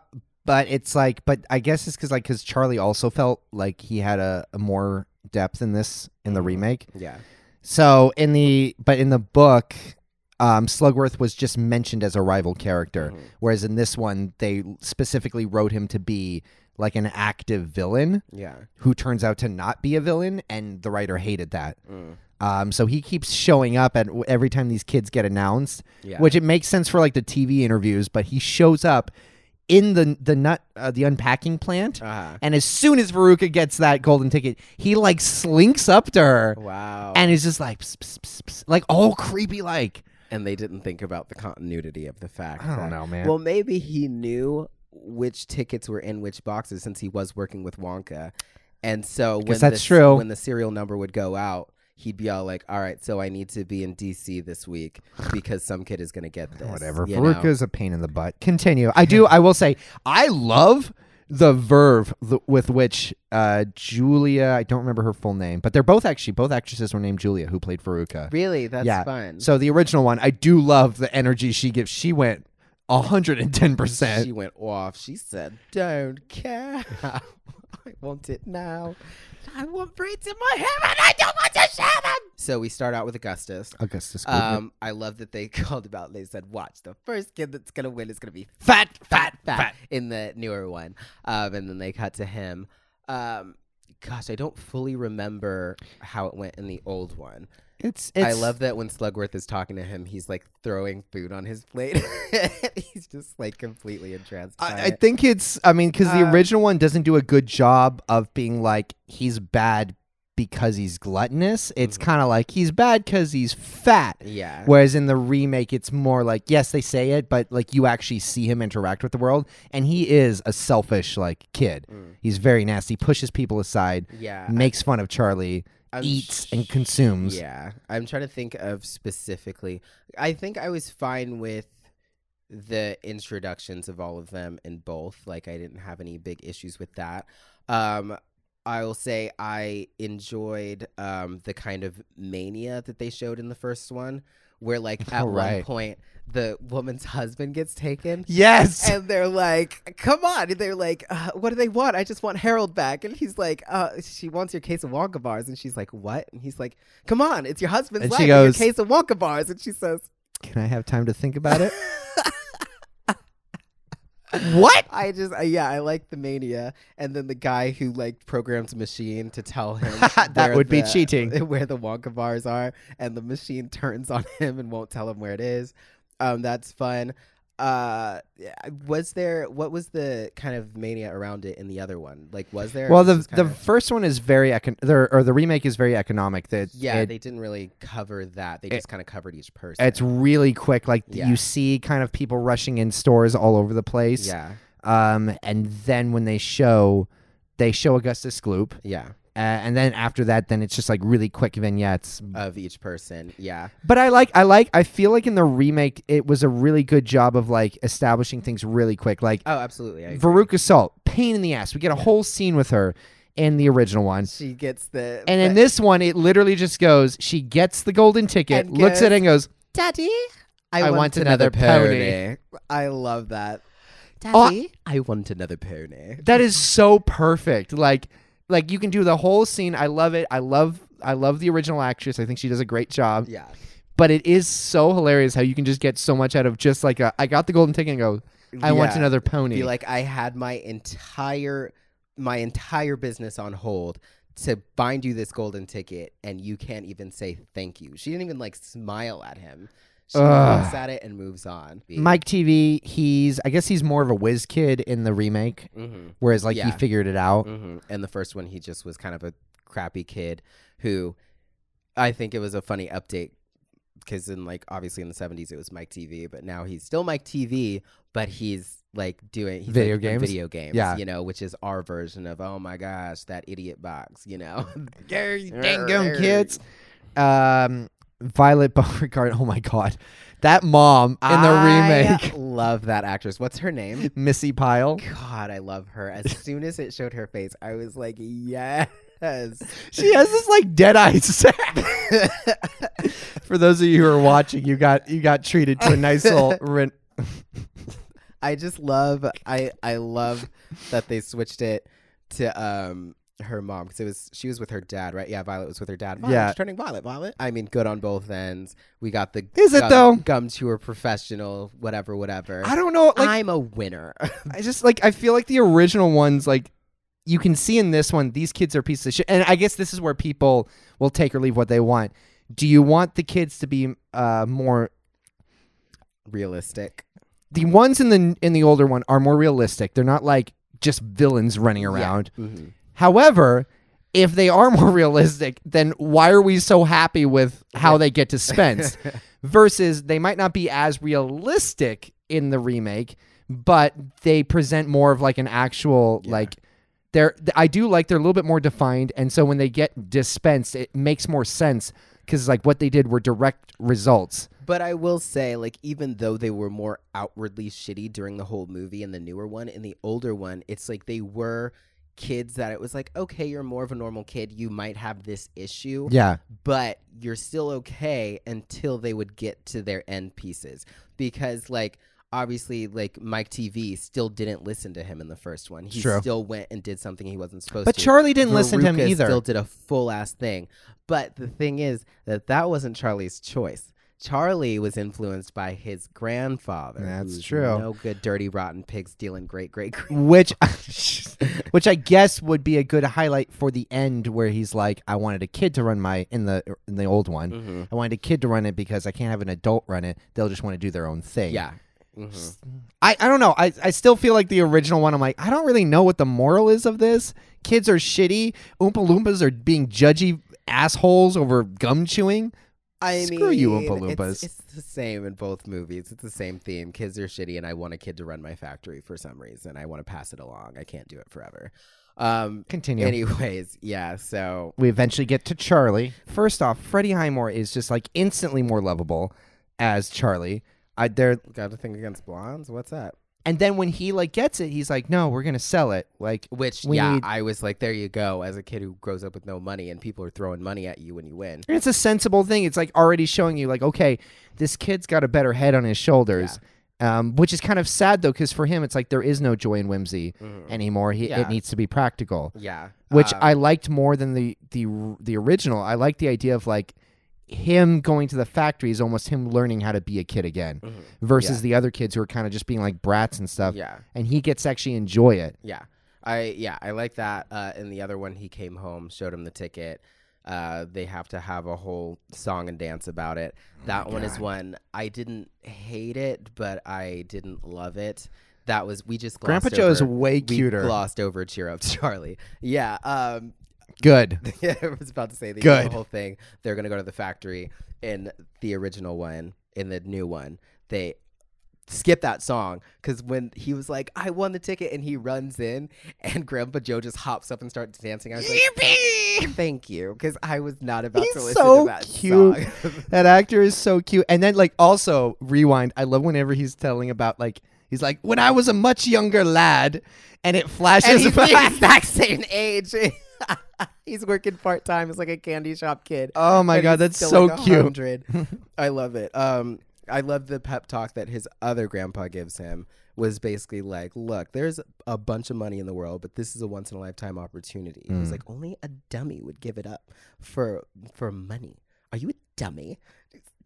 B: but it's like, but I guess it's because like because Charlie also felt like he had a, a more depth in this in the
A: Mhm.
B: remake.
A: Yeah.
B: So in the but in the book, um, Slugworth was just mentioned as a rival character,
A: Mhm.
B: whereas in this one they specifically wrote him to be like an active villain
A: Yeah.
B: who turns out to not be a villain, and the writer hated that.
A: Mm.
B: Um, so he keeps showing up at every time these kids get announced,
A: Yeah.
B: which it makes sense for like the TV interviews, but he shows up in the the nut uh, the unpacking plant.
A: Uh-huh.
B: And as soon as Veruca gets that golden ticket, he like slinks up to her
A: Oh, Wow.
B: and it's just like pss, pss, pss, pss, like all creepy like
A: and they didn't think about the continuity of the fact. that-
B: know man
A: Well, maybe he knew which tickets were in which boxes since he was working with Wonka, and so when
B: Guess that's
A: the-
B: true.
A: When the serial number would go out, he'd be all like, "All right, so I need to be in DC this week because some kid is going to get this."
B: whatever
A: you know?
B: Veruca is a pain in the butt continue
A: [LAUGHS]
B: i do i will say i love the verve th- with which uh julia i don't remember her full name but they're both actually both actresses were named julia who played Veruca.
A: Really, that's
B: Yeah.
A: fun.
B: so the original one i do love the energy she gives she went 110%
A: she went off. She said, "Don't care. [LAUGHS] I want it now. I want braids in my hair, and I don't want to share them." So we start out with Augustus.
B: augustus Gloop.
A: Um, I love that they [LAUGHS] called him out. They said, "Watch the first kid that's gonna win is gonna be fat, fat, fat, in the newer one." Um, and then they cut to him. Um, gosh, I don't fully remember how it went in the old one.
B: it's, it's
A: I love that when Slugworth is talking to him, he's like throwing food on his plate. [LAUGHS] he's just like completely entranced. by
B: I, I
A: it.
B: think it's. I mean, because the
A: Uh,
B: original one doesn't do a good job of being like he's bad because he's gluttonous. It's kind of like he's bad because he's fat.
A: Mm-hmm. yeah.
B: Whereas in the remake, it's more like yes, they say it, but like you actually see him interact with the world, and he is a selfish like kid.
A: Mm.
B: He's very nasty, pushes people aside,
A: yeah.
B: makes fun of Charlie,
A: I'm
B: eats
A: sh-
B: and consumes.
A: Yeah, I'm trying to think of specifically. I think I was fine with the introductions of all of them in both. Like, I didn't have any big issues with that. Um, I will say I enjoyed um, the kind of mania that they showed in the first one, where like at
B: Oh,
A: one
B: right.
A: point the woman's husband gets taken.
B: Yes.
A: And they're like, come on. And they're like, uh, what do they want? I just want Harold back. And he's like, uh, she wants your case of Wonka bars. And she's like, what? And he's like, come on, it's your husband's
B: And
A: life.
B: she
A: your
B: goes-
A: case of Wonka bars. And she says,
B: Can I have time to think
A: [LAUGHS]
B: about it? what?
A: I just, uh, yeah, I like the mania. And then the guy who like programs a machine to tell him
B: [LAUGHS] That
A: where
B: would be
A: the-
B: cheating.
A: [LAUGHS] where the Wonka bars are, and the machine turns on [LAUGHS] him and won't tell him where it is. Um, that's fun. Uh, was there what was the kind of mania around it in the other one? Like, was there?
B: Well,
A: it
B: the
A: was just
B: the
A: kinda-
B: first one is very econ- there- or the remake is very economic. That
A: yeah,
B: it-
A: they didn't really cover that. They just kind of covered each person.
B: it's really quick. Like th-
A: Yeah.
B: you see, kind of people rushing in stores all over the place.
A: yeah,
B: Um, and then when they show, they show Augustus Gloop,
A: yeah,
B: uh, and then after that, then it's just like really quick vignettes.
A: of each person. Yeah,
B: But I like, I like, I feel like in the remake, it was a really good job of like establishing things really quick. Like
A: oh, absolutely. I agree.
B: Veruca Salt, pain in the ass. We get a whole scene with her in the original one.
A: she gets the
B: And in
A: the-
B: this one, it literally just goes, she gets the golden ticket,
A: And
B: looks at
A: goes,
B: it and goes,
A: daddy.
B: I want another pony."
A: I love that.
B: Oh,
A: I want another pony.
B: that is so perfect. Like, like you can do the whole scene. I love it. I love, I love the original actress. I think she does a great job.
A: Yeah.
B: But it is so hilarious how you can just get so much out of just like a, I got the golden ticket and go, I want
A: Yeah.
B: another pony.
A: be like I had my entire my entire business on hold to bind you this golden ticket and you can't even say thank you. She didn't even like smile at him. She
B: Ugh.
A: looks at it and moves on.
B: Mike TV, he's I guess he's more of a whiz kid in the remake,
A: Mm-hmm.
B: whereas like he
A: Yeah.
B: figured it out.
A: hmm And the first one, he just was kind of a crappy kid who I think it was a funny update because in like obviously in the 70s it was Mike TV, but now he's still Mike TV, but he's like doing he's
B: Video
A: like,
B: games?
A: video games,
B: Yeah.
A: you know, which is our version of oh my gosh, that idiot box, you know,
B: Dang gum kids.
A: Mm-hmm.
B: Um, Violet [LAUGHS] Beauregard. Oh my god, that mom in the
A: I
B: remake, [LAUGHS]
A: love that actress. What's her name?
B: Missy Pyle.
A: God, I love her. As soon as it showed her face, I was like, yes.
B: She has this like dead eye [LAUGHS] stare. For those of you who are watching, you got you got treated to a nice [LAUGHS] little. Rin-
A: I just love I I love that they switched it to um her mom because it was she was with her dad right yeah Violet was with her dad Violet,
B: Yeah.
A: she's turning Violet Violet I mean good on both ends we got the
B: Is it
A: gum,
B: though?
A: gum tour professional whatever whatever
B: I don't know. Like
A: I'm a winner [LAUGHS]
B: I just like I feel like the original ones like you can see in this one these kids are pieces of shit and I guess this is where people will take or leave what they want. Do you want the kids to be uh more
A: realistic
B: the ones in the in the older one are more realistic. They're not like just villains running around.
A: Mhm.
B: However, if they are [LAUGHS] more realistic, then why are we so happy with how they get dispensed? Versus they might not be as realistic in the remake, but they present more of like an actual like they're th- I do like they're a little bit more defined and so when they get dispensed it makes more sense cuz like what they did were direct results.
A: But I will say, like, even though they were more outwardly shitty during the whole movie in the newer one, in the older one, it's like they were kids that it was like, okay, you're more of a normal kid. You might have this issue,
B: Yeah.
A: but you're still okay until they would get to their end pieces. Because, like, obviously, like, Mike TV still didn't listen to him in the first one. He
B: True.
A: still went and did something he wasn't supposed
B: But
A: to.
B: Charlie didn't listen to him
A: Veruca
B: either.
A: Still did a full ass thing. But the thing is that that wasn't Charlie's choice. Charlie was influenced by his grandfather.
B: That's
A: who's
B: true.
A: No good, dirty, rotten pig stealing great, great, great.
B: which [LAUGHS] which I guess would be a good highlight for the end where he's like, I wanted a kid to run my in the in the old one.
A: Mm-hmm.
B: I wanted a kid to run it because I can't have an adult run it. They'll just want to do their own thing.
A: Yeah. Mhm.
B: I, I don't know. I, I still feel like the original one, I'm like, I don't really know what the moral is of this. Kids are shitty. Oompa Loompas are being judgy assholes over gum chewing.
A: I
B: Screw you, Oompa
A: mean, It's,
B: Loompas.
A: it's the same in both movies. It's the same theme. Kids are shitty, and I want a kid to run my factory for some reason. I want to pass it along. I can't do it forever.
B: [LAUGHS]
A: Um,
B: Continue.
A: Anyways, yeah. So
B: we eventually get to Charlie. First off, Freddie Highmore is just like instantly more lovable as Charlie. I, they're
A: got a thing against blondes. What's up?
B: And then when he like gets it, he's like, "No, we're gonna sell it." Like,
A: Which
B: We
A: yeah,
B: need-
A: I was like, there you go. As a kid who grows up with no money, and people are throwing money at you when you win.
B: it's a sensible thing. It's like already showing you, like, okay, this kid's got a better head on his shoulders. Um, which is kind of sad though, because for him, it's like there is no joy and whimsy anymore. He it
A: Yeah.
B: needs to be practical,
A: Yeah,
B: Mm-hmm. which
A: um,
B: I liked more than the the the original. I like the idea of like him going to the factory is almost him learning how to be a kid again, versus the other kids who are kind of just being like brats and stuff.
A: Mm-hmm. yeah,
B: And he gets to actually enjoy it.
A: yeah, I yeah, I like that. Uh, in the other one, he came home, showed him the ticket. Uh, they have to have a whole song and dance about it.
B: Oh
A: That one is one I didn't hate it, but I didn't love it. That was we just glossed
B: Grandpa Joe is
A: over-
B: way cuter.
A: We glossed over cheer up Charlie. Yeah, um,
B: Good.
A: [LAUGHS] yeah, I was about to say the,
B: Good.
A: the whole thing. They're gonna go to the factory in the original one, in the new one. They skip that song because when he was like, "I won the ticket," and he runs in, and Grandpa Joe just hops up and starts dancing. I was like, "Thank you," because I was not about to
B: He's
A: listen
B: so
A: to that
B: cute.
A: song.
B: that actor is so cute. And then like also rewind. I love whenever he's telling about like he's like when I was a much younger lad, and
A: [LAUGHS]
B: it
A: and
B: flashes
A: he's the
B: back.
A: exact same age. [LAUGHS] he's working part time. It's like a candy shop kid.
B: [LAUGHS] Oh my
A: And
B: god,
A: he's
B: that's
A: still
B: so
A: like
B: cute.
A: 100.
B: [LAUGHS]
A: I love it. Um, I love the pep talk that his other grandpa gives him. Was basically like, look, there's a bunch of money in the world, but this is a once in a lifetime
B: Mm.
A: opportunity. He's like, only a dummy would give it up for for money. Are you a dummy.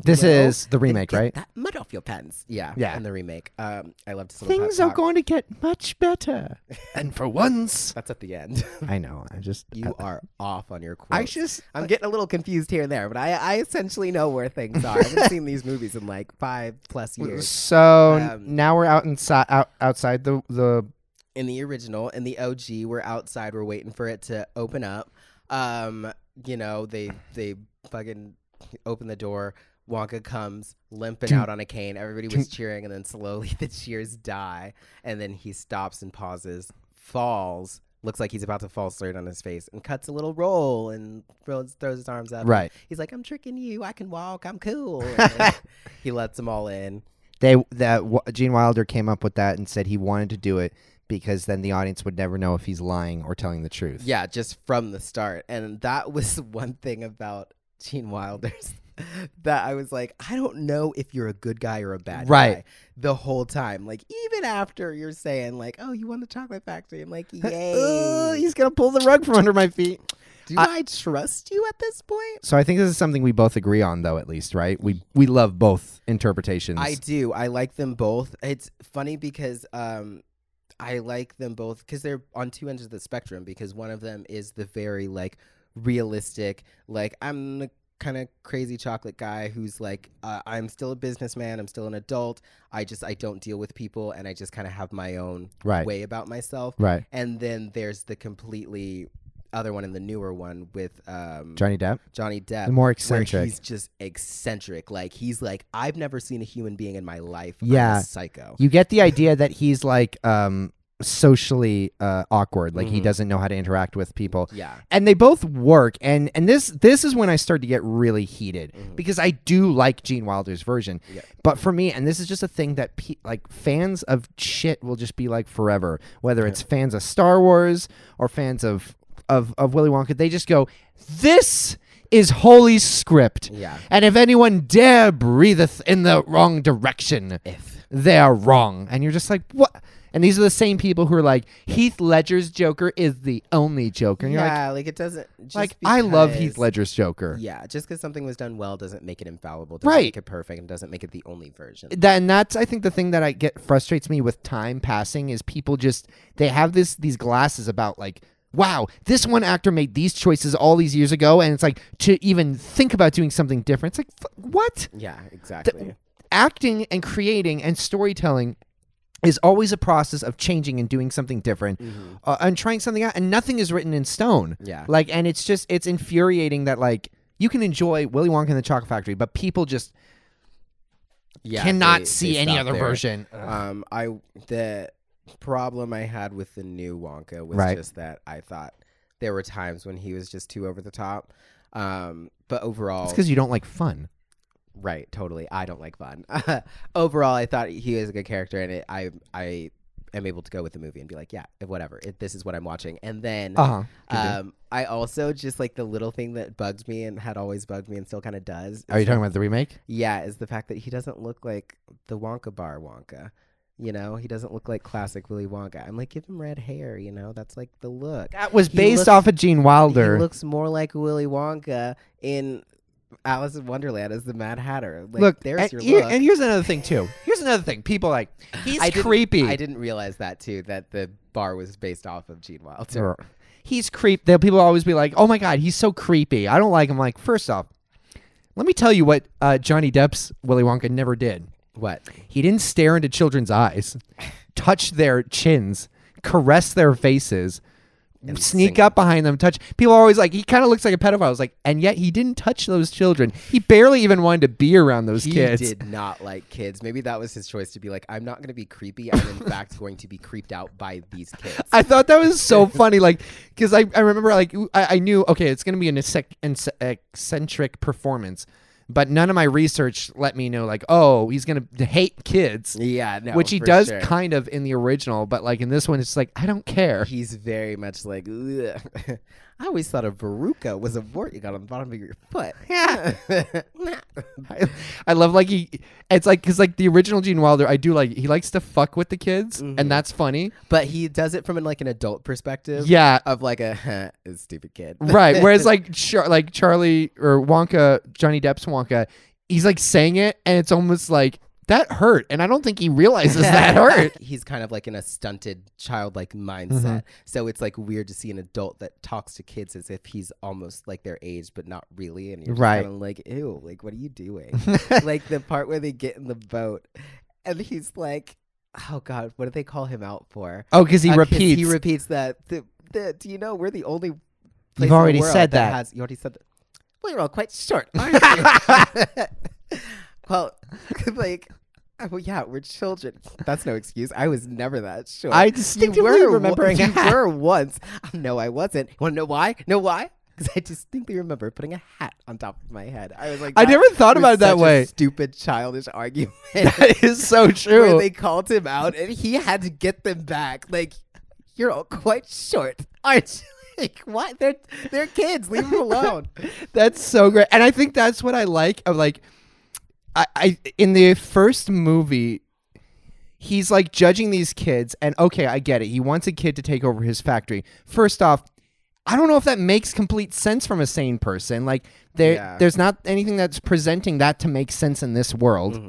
B: This
A: Well,
B: is the
A: then
B: remake,
A: get [LAUGHS]
B: right?
A: That mud off your pants. Yeah,
B: Yeah.
A: And the remake. Um, I loved someone
B: Things
A: Hot
B: are
A: Talk.
B: going to get much better, and for once,
A: That's at the end. [LAUGHS]
B: I know. I just
A: you are off on your.
B: I,
A: quotes.
B: just
A: I'm getting a little confused here and there, but I, I essentially know where things are. I
B: [LAUGHS]
A: haven't seen these movies in like five plus years.
B: so
A: Um,
B: now we're out inside out, outside the the
A: In the original, in the OG, we're outside, we're waiting for it to open up. Um, you know, they they fucking open the door. Wonka comes limping out on a cane. Everybody was cheering, and then slowly [LAUGHS] the cheers die, and then he stops and pauses, falls. Looks like he's about to fall straight on his face and cuts a little roll and throws, throws his arms up.
B: right.
A: He's like, I'm tricking you. I can walk. I'm cool. And he lets them all in.
B: They that w- Gene Wilder came up with that and said he wanted to do it because then the audience would never know if he's lying or telling the truth.
A: Yeah, just from the start. And that [LAUGHS] was one thing about Gene Wilder's [LAUGHS] that I was like, I don't know if you're a good guy or a bad
B: Right.
A: guy the whole time. Like, even after you're saying, like, oh, you won the chocolate factory. I'm like, yay.
B: [LAUGHS] Ugh, he's gonna pull the rug from under my feet.
A: Do I, trust you at this point?
B: So I think this is something we both agree on, though. At least, right? We we love both interpretations.
A: I do. I like them both. It's funny because um, I like them both because they're on two ends of the spectrum. Because one of them is the very like realistic, like I'm the kind of crazy chocolate guy who's like, uh, I'm still a businessman. I'm still an adult. I just I don't deal with people, and I just kind of have my own
B: Right.
A: way about myself.
B: right.
A: And then there's the completely other one and the newer one with um,
B: Johnny Depp,
A: Johnny Depp
B: the more
A: where [LAUGHS]
B: eccentric.
A: he's just eccentric. Like he's like, I've never seen a human being in my life. I'm a
B: Yeah.
A: psycho.
B: You get the idea that he's like um, socially uh, awkward, like he
A: Mhm.
B: doesn't know how to interact with people.
A: yeah,
B: And they both work, and and this this is when I start to get really heated
A: Mhm.
B: because I do like Gene Wilder's version,
A: Yeah.
B: but for me, and this is just a thing that pe- like fans of shit will just be like forever, whether it's fans of Star Wars or fans of of of Willy Wonka, they just go, this is holy script.
A: yeah.
B: And if anyone dare breatheth in the wrong direction, if they are wrong, and you're just like, what? And these are the same people who are like, Heath Ledger's Joker is the only Joker. And you're
A: yeah, like, it doesn't. Just
B: like, like I love Heath
A: because-
B: Ledger's Joker.
A: Yeah, just because something was done well doesn't make it infallible, doesn't
B: Right.
A: make it perfect, and doesn't make it the only version.
B: That, and that's I think the thing that I get frustrates me with time passing is people just they have this these glasses about like wow this one actor made these choices all these years ago and it's like to even think about doing something different it's like f- what
A: yeah, exactly.
B: acting and creating and storytelling is always a process of changing and doing something different uh, and trying something out and nothing is written in stone
A: Mm-hmm. Yeah.
B: like and it's just it's infuriating that like you can enjoy willy wonka and the chocolate factory but people just
A: yeah,
B: cannot
A: they-
B: see
A: they
B: any
A: stop
B: other
A: there.
B: version
A: Um, I the problem I had with the new Wonka was
B: Right.
A: just that I thought there were times when he was just too over the top. Um, but overall,
B: it's because you don't like fun
A: Right, totally. I don't like fun. [LAUGHS] Overall, I thought he is a good character, and it, I I am able to go with the movie and be like, yeah, whatever. It, this is what I'm watching. And then,
B: uh-huh
A: um, I also just like the little thing that bugged me and had always bugged me and still kind of does.
B: are you
A: is that-
B: talking about the remake
A: Yeah, is the fact that he doesn't look like the Wonka Bar Wonka. You know, he doesn't look like classic Willy Wonka. I'm like, give him red hair. You know, that's like the look.
B: that was
A: He
B: based
A: looks-
B: off of gene wilder
A: He looks more like Willy Wonka in Alice in Wonderland as the Mad Hatter. Like,
B: look
A: there's
B: and,
A: your
B: here-
A: look.
B: and here's another thing too here's another thing people like he's
A: I didn't-
B: creepy
A: I didn't realize that too. That the bar was based off of Gene Wilder.
B: Or- He's creep. There, people always be like, "Oh my god, he's so creepy. I don't like him." Like, first off, let me tell you what uh, Johnny Depp's Willy Wonka never did.
A: What?
B: He didn't stare into children's eyes, touch their chins, caress their faces, sneak
A: sing.
B: up behind them, touch. People are always like, he kind of looks like a pedophile. I was like, and yet he didn't touch those children. He barely even wanted to be around those
A: He
B: kids.
A: did not like kids. Maybe that was his choice to be like, I'm not going to be creepy. I'm [LAUGHS] in fact going to be creeped out by these kids.
B: [LAUGHS] I thought that was so funny, like, because I, I remember like I, I knew okay, it's gonna be an eccentric, eccentric performance, but none of my research let me know like, oh, he's gonna hate kids,
A: Yeah, no,
B: which he
A: for
B: does
A: sure.
B: kind of in the original, but like in this one, it's like I don't care.
A: He's very much like. "Ugh." [LAUGHS] I always thought a veruca was a wart you got on the bottom of your foot.
B: I, [LAUGHS] I love like he, it's like because like the original Gene Wilder, I do like he likes to fuck with the kids,
A: Mm-hmm.
B: and that's funny,
A: [LAUGHS] but he does it from an, like an adult perspective.
B: yeah.
A: Of like a [LAUGHS] huh, stupid kid. [LAUGHS]
B: Right, whereas like Char- like Charlie or Wonka, Johnny Depp's Wonka, he's like saying it, and it's almost like that hurt, and I don't think
A: [LAUGHS]
B: he realizes [LAUGHS] that hurt. Mm-hmm.
A: He's kind of like in a stunted childlike mindset. So it's like weird to see an adult that talks to kids as if he's almost like their age, but not really. And you're just
B: Right.
A: kind of like, ew, like, what are you
B: [LAUGHS]
A: doing? like the part where they get in the boat and he's like, oh God, what do they call him out for?
B: Oh, because he
A: Uh, 'cause
B: repeats.
A: He repeats that. The, the, do you know we're the only. Place
B: already
A: in the world
B: said that.
A: Has, you already said that. Well, you're all quite
B: [LAUGHS]
A: short, aren't you? [LAUGHS] well, like, well, yeah, we're children. That's no excuse. I was never that short.
B: I
A: You
B: distinctly
A: were
B: remember
A: remembering. You were once. [LAUGHS] No, I wasn't. You want to know why? Know why? Because I distinctly remember putting a hat on top of my head. I was like,
B: I
A: that
B: never thought
A: was
B: about it that
A: such a
B: way. [LAUGHS]
A: stupid, childish [LAUGHS] argument.
B: that is so
A: where
B: true.
A: they called him out and he had to get them back. Like, you're all quite short, aren't you? [LAUGHS] Like, what? They're they're kids. Leave them alone.
B: That's so great. And I think that's what I like of like I, I in the first movie he's like judging these kids and okay, I get it. He wants a kid to take over his factory. First off, I don't know if that makes complete sense from a sane person. Like there
A: Yeah.
B: there's not anything that's presenting that to make sense in this world.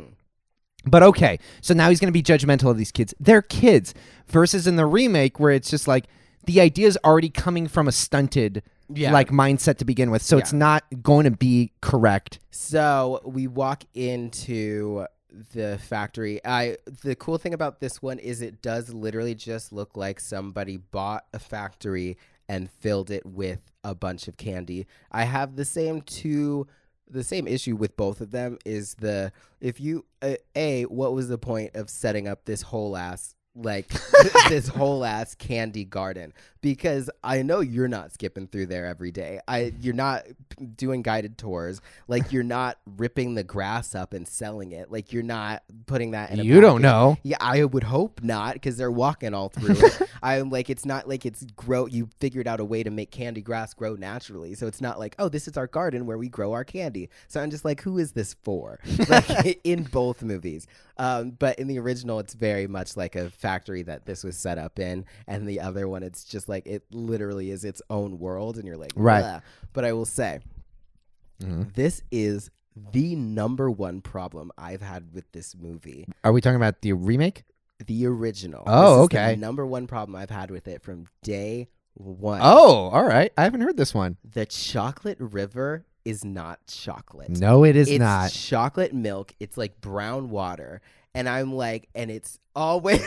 B: But okay, so now he's going to be judgmental of these kids. They're kids versus in the remake where it's just like the idea is already coming from a stunted
A: Yeah.
B: like mindset to begin with. So it's
A: Yeah.
B: not going to be correct.
A: So we walk into the factory. I the cool thing about this one is it does literally just look like somebody bought a factory and filled it with a bunch of candy. I have the same two the same issue with both of them is the if you uh, a what was the point of setting up this whole ass like [LAUGHS] this whole ass candy garden because I know you're not skipping through there every day. I you're not p- doing guided tours. Like you're not ripping the grass up and selling it. Like you're not putting that in a
B: You don't
A: package.
B: know.
A: Yeah, I would hope not because they're walking all through it. I'm like, it's not like it's grow. You figured out a way to make candy grass grow naturally, so it's not like, oh, this is our garden where we grow our candy. So I'm just like, who is this for? Like in both movies, um, but in the original, it's very much like a factory that this was set up in, and the other one, it's just like it literally is its own world, and you're like,
B: Right.
A: "Bleh." But I will say,
B: Mm-hmm.
A: this is. The number one problem I've had with this movie
B: Are we talking about the remake?
A: the original.
B: Oh,
A: This is the
B: okay.
A: number one problem I've had with it from day one.
B: Oh, all right. I haven't heard this one.
A: the chocolate river is not chocolate.
B: No, it is
A: it's
B: not.
A: chocolate milk. It's like brown water, and I'm like, and it's always [LAUGHS]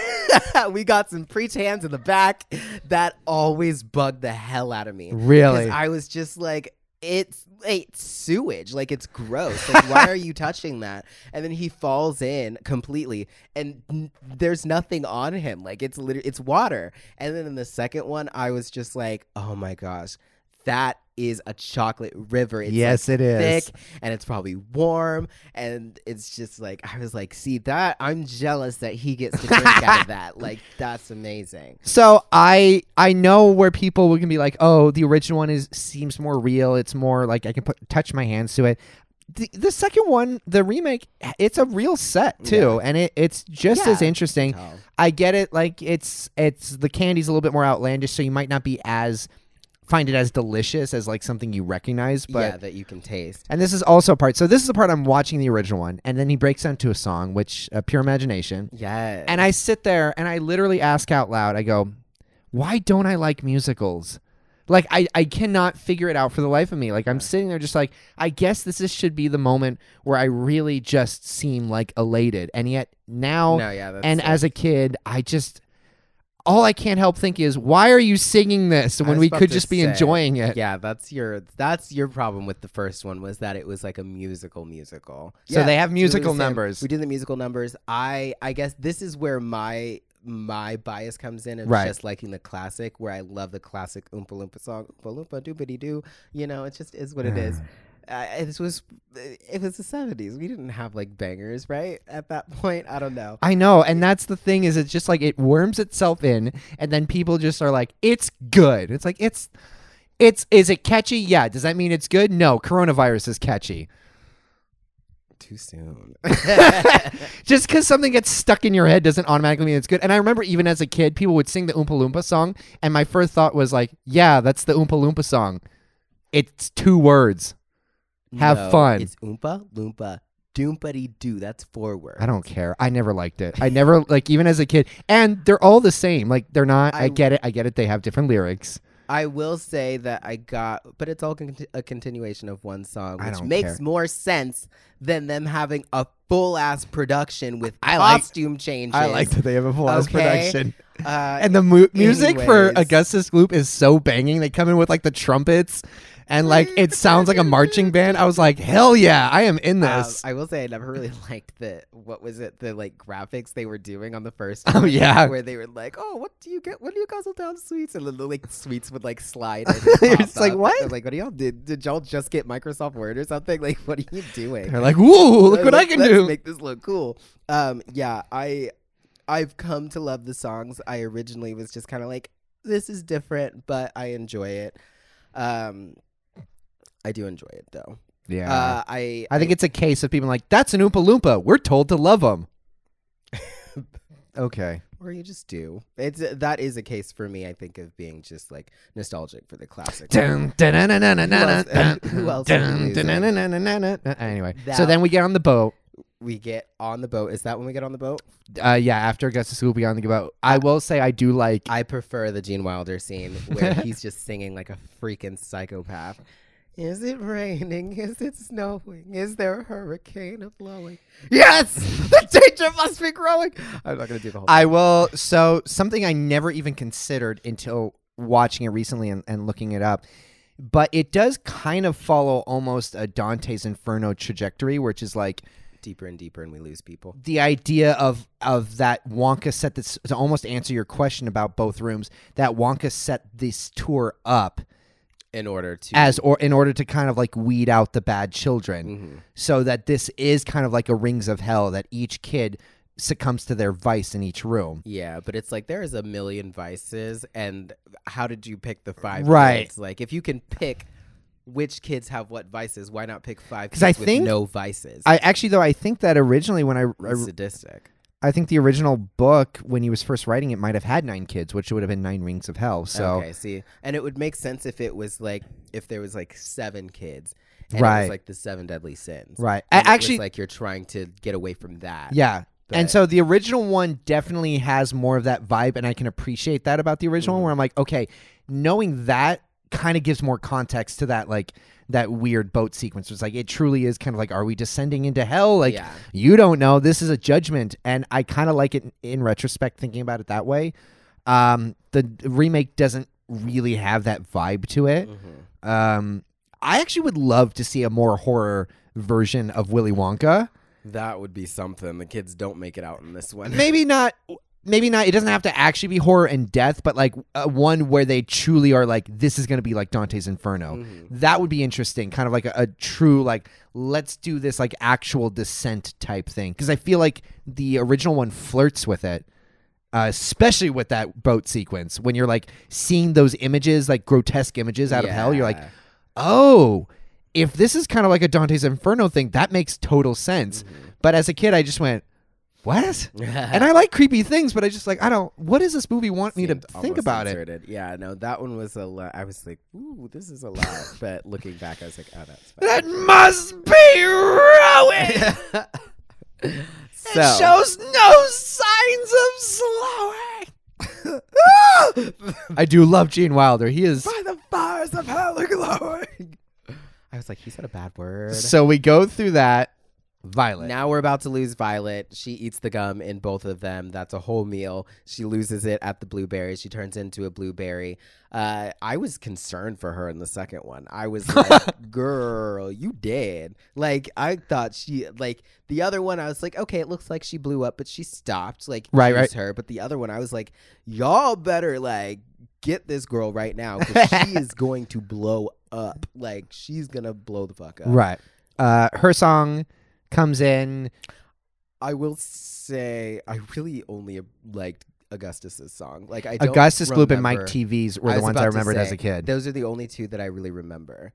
A: we got some preach hands in the back that always bugged the hell out of me. 'Cause
B: Really?
A: I was just like. It's it's sewage, like it's gross. Like, why are
B: [LAUGHS]
A: you touching that? And then he falls in completely, and n- there's nothing on him. Like it's literally it's water. And then in the second one, I was just like, oh my gosh, that is a chocolate river. It's
B: yes, it is.
A: thick and it's probably warm and it's just like I was like, see that I'm jealous that he gets to drink
B: [LAUGHS]
A: out of that. Like that's amazing.
B: So I I know where people would can be like, oh, the original one is seems more real. It's more like I can put touch my hands to it. The, the second one, the remake, it's a real set too, and it, it's just as
A: Yeah.
B: interesting.
A: Oh.
B: I get it. Like it's it's the candy's a little bit more outlandish, so you might not be as find it as delicious as like something you recognize. But
A: yeah, that you can taste.
B: and this is also a part. So this is the part I'm watching the original one, and then he breaks out into a song, which uh, pure imagination.
A: Yeah.
B: And I sit there and I literally ask out loud, I go, why don't I like musicals? Like I, I cannot figure it out for the life of me. Like I'm sitting there just like, I guess this is, should be the moment where I really just seem like elated. And yet now
A: no, yeah, that's
B: and
A: it.
B: as a kid, I just all I can't help think is, why are you singing this when
A: was
B: we
A: about
B: could
A: to
B: just be
A: say,
B: enjoying it?
A: Eh. yeah, that's your that's your problem with the first one was that it was like a musical musical.
B: So
A: Yeah,
B: they have
A: we do the
B: musical
A: same-
B: numbers.
A: We do the musical numbers. I I guess this is where my my bias comes in of
B: Right.
A: just liking the classic, where I love the classic Oompa Loompa song, Oompa Loompa Doobity Doo. You know, it just is what it is. Uh, it was it was the seventies. We didn't have like bangers, right? At that point, I don't know.
B: I know, and that's the thing is it's just like it worms itself in and then people just are like, It's good. It's like it's it's is it catchy? Yeah. Does that mean it's good? No, coronavirus is catchy.
A: Too [LAUGHS] soon.
B: Just because something gets stuck in your head doesn't automatically mean it's good. And I remember even as a kid, people would sing the Oompa Loompa song, and my first thought was like, Yeah, that's the Oompa Loompa song. It's two words. Have
A: No,
B: fun.
A: It's Oompa Loompa Doompity Doo. That's four words.
B: I don't care. I never liked it. I [LAUGHS] never like even as a kid. And they're all the same. Like they're not. I,
A: I-
B: get it. I get it. They have different lyrics.
A: I will say that I got, but it's all con- a continuation of one song,
B: I
A: which
B: don't
A: makes
B: care.
A: more sense than them having a full ass production with
B: I like-
A: costume changes.
B: I like that they have a full ass
A: Okay.
B: production.
A: Uh,
B: And the mu- music for
A: anyways.
B: Augustus Gloop is so banging. They come in with like the trumpets, and like
A: [LAUGHS]
B: it sounds like a marching band. I was like, hell yeah, I am in
A: um,
B: this.
A: I will say I never really [LAUGHS] liked the what was it the like graphics they were doing on the first
B: [LAUGHS] Oh,
A: one,
B: yeah.
A: where they were like oh what do you get what do you guzzle down sweets and then the like sweets would like
B: [LAUGHS]
A: slide and
B: You're
A: pop
B: just like,
A: up.
B: what?
A: I was like what do y'all did did y'all just get Microsoft Word or something [LAUGHS] like what are you doing
B: They're like, whoa, look
A: They're
B: what I
A: like,
B: can
A: Let's
B: do.
A: Make this look cool. Um, yeah, I I've come to love the songs. I originally was just kind of like, this is different, but I enjoy it. Um, I do enjoy it though.
B: yeah.
A: Uh, I
B: I think it's a case of people like, that's an Oompa Loompa. We're told to love them. [LAUGHS] okay.
A: or you just do. It's that is a case for me. I think of being just like nostalgic for the classic.
B: Dun, dun, dun, dun, dun, dun,
A: else-
B: dun,
A: [LAUGHS] who else
B: dun,
A: are we
B: dun, dun,
A: losing?
B: dun, dun, dun, dun, dun. Anyway, so
A: That-
B: then we get on the boat.
A: We get on the boat. Is that when we get on the boat?
B: Uh, yeah, after Augustus will be on the boat. I will say I do like.
A: I prefer the Gene Wilder scene [LAUGHS] where he's just singing like a freaking psychopath. Is it raining? Is it snowing? Is there a hurricane a blowing?
B: [LAUGHS]
A: Yes, the danger must be growing. I'm not gonna do the whole.
B: I will. So something I never even considered until watching it recently and, and looking it up, but it does kind of follow almost a Dante's Inferno trajectory, which is like
A: deeper and deeper, and we lose people.
B: the idea of of that Wonka set this to almost answer your question about both rooms. That Wonka set this tour up
A: In order to
B: as or in order to kind of like weed out the bad children,
A: Mm. Mm-hmm.
B: so that this is kind of like a Rings of Hell that each kid succumbs to their vice in each room.
A: yeah, but it's like there is a million vices, and how did you pick the five?
B: Right.
A: kids? Like if you can pick which kids have what vices, why not pick five?
B: 'Cause I
A: kids with
B: think-
A: no vices.
B: I actually though I think that originally when I, I
A: sadistic.
B: I think the original book when he was first writing it might have had nine kids, which would have been nine rings of hell. So
A: okay, see, and it would make sense if it was like if there was like seven kids, and it
B: Right.
A: was like the seven deadly sins,
B: right, I,
A: And it was,
B: actually,
A: like you're trying to get away from that.
B: yeah. And
A: But-
B: so the original one definitely has more of that vibe, and I can appreciate that about the original
A: Mm-hmm.
B: one. Where I'm like, okay, knowing that kind of gives more context to that, like that weird boat sequence. It's like it truly is kind of like, are we descending into hell? Like
A: Yeah.
B: you don't know. This is a judgment, and I kind of like it in, in retrospect, thinking about it that way. Um, the remake doesn't really have that vibe to it. Um, I actually would love to see a more horror version of Willy Wonka.
A: that would be something. The kids don't make it out in this one. [LAUGHS]
B: Maybe not. Maybe not. It doesn't have to actually be horror and death, but like uh, one where they truly are like, this is going to be like Dante's Inferno.
A: Mm-hmm.
B: That would be interesting. Kind of like a, a true like, let's do this like actual descent type thing because I feel like the original one flirts with it. Uh, especially with that boat sequence when you're like seeing those images like grotesque images out of hell you're like
A: Yeah.
B: oh, if this is kind of like a Dante's Inferno thing, that makes total sense.
A: Mm-hmm.
B: But as a kid, I just went, what? and I like creepy things, but I just like, I don't, what does this movie want me to
A: Seemed
B: think
A: almost
B: about it?
A: inserted. Yeah, no, that one was a lot. I was like, ooh, this is a lot.
B: [LAUGHS]
A: but looking back, I was like, oh, that's fine.
B: That must be [LAUGHS] ruined.
A: [LAUGHS] so,
B: It shows no signs of slowing. [LAUGHS] I do love Gene Wilder. He is.
A: the fires of hell are [LAUGHS] glowing. I was like, he said a bad word. [LAUGHS]
B: So we go through that. Violet.
A: Now we're about to lose Violet. She eats the gum in both of them. That's a whole meal. She loses it at the blueberry. She turns into a blueberry. Uh, I was concerned for her in the second one. I
B: [LAUGHS]
A: was like, girl, you dead. Like, I thought she, like, the other one, I was like, okay, it looks like she blew up, but she stopped. Like,
B: Right,
A: here's her. But the other one, I was like, y'all better, like, get this girl right now because
B: [LAUGHS]
A: she is going to blow up. Like, she's going to blow the fuck up.
B: Right. Uh, her song comes in.
A: I will say I really only uh, liked Augustus's song. Like I don't
B: Augustus Gloop and Mike
A: remember-
B: TVs were
A: I
B: the
A: was
B: ones
A: about
B: I
A: to
B: remembered as
A: say,
B: a kid.
A: Those are the only two that I really remember.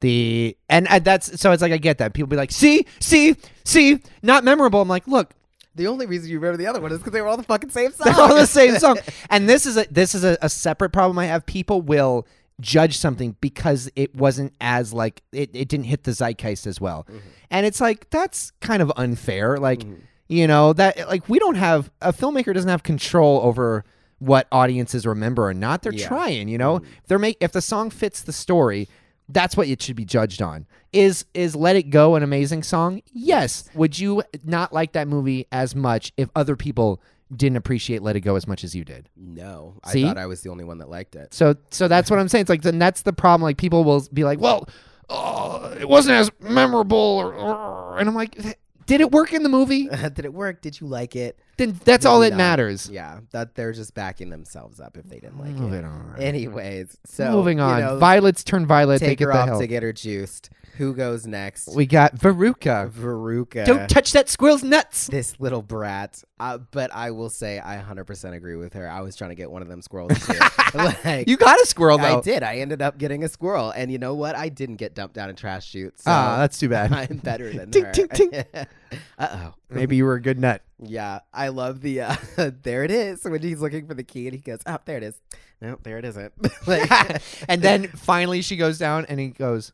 B: the and I, that's so it's like I get that people be like, see, see, see, not memorable. I'm like, look,
A: The only reason you remember the other one is because they were
B: [LAUGHS]
A: all the fucking same song.
B: they're all the same song. And this is a this is a, a separate problem I have. People will judge something because it wasn't as like it, it didn't hit the zeitgeist as well.
A: Mm-hmm.
B: And it's like that's kind of unfair. Like you know, that like we don't have a filmmaker doesn't have control over what audiences remember or not. They're
A: Yeah.
B: trying, you
A: Hmm.
B: know. If they're make if the song fits the story, that's what it should be judged on. Is is Let It Go an amazing song? Yes. Would you not like that movie as much if other people didn't appreciate Let It Go as much as you did?
A: No, I
B: See?
A: thought I was the only one that liked
B: [LAUGHS]
A: it.
B: So so that's what I'm saying. It's like then that's the problem. Like people will be like, well, oh, it wasn't as memorable, or, or- and I'm like, did it work in the movie?
A: Did it work? Did you like it?
B: Then that's all
A: Maybe
B: that
A: not.
B: matters.
A: [LAUGHS] Yeah, that they're just backing themselves up if they didn't like it.
B: Moving on.
A: Anyways, so
B: Moving
A: you
B: on.
A: know,
B: Violets turn violet. They
A: take
B: get
A: her
B: the
A: off
B: hell.
A: to get her juiced. Who goes next?
B: We got Veruca.
A: Veruca.
B: Don't touch that squirrel's nuts.
A: this little brat. Uh, but I will say, I 100% agree with her. I was trying to get one of them squirrels
B: [LAUGHS]
A: too. like,
B: You got a squirrel though.
A: I did. I ended up getting a squirrel, and you know what? I didn't get dumped down in trash chute. So
B: Ah, that's too [LAUGHS] bad.
A: I'm better than
B: Tink,
A: her.
B: tink,
A: [LAUGHS] uh oh.
B: Maybe you were a good [LAUGHS] nut.
A: Yeah, I love the uh, [LAUGHS] there it is when he's looking for the key and he goes, oh, there it is. No, there it isn't. [LAUGHS] like,
B: [LAUGHS] and then finally she goes down and he goes,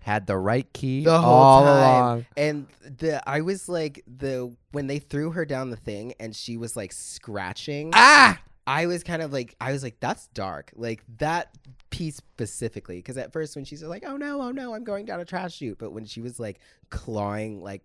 B: had the right key
A: the whole
B: all
A: time.
B: along.
A: [LAUGHS] And the I was like the when they threw her down the thing and she was like scratching.
B: [LAUGHS] Ah,
A: I was kind of like, I was like, that's dark. Like that piece specifically. Because at first, when she's like, oh no, oh no, I'm going down a trash chute. But when she was like clawing like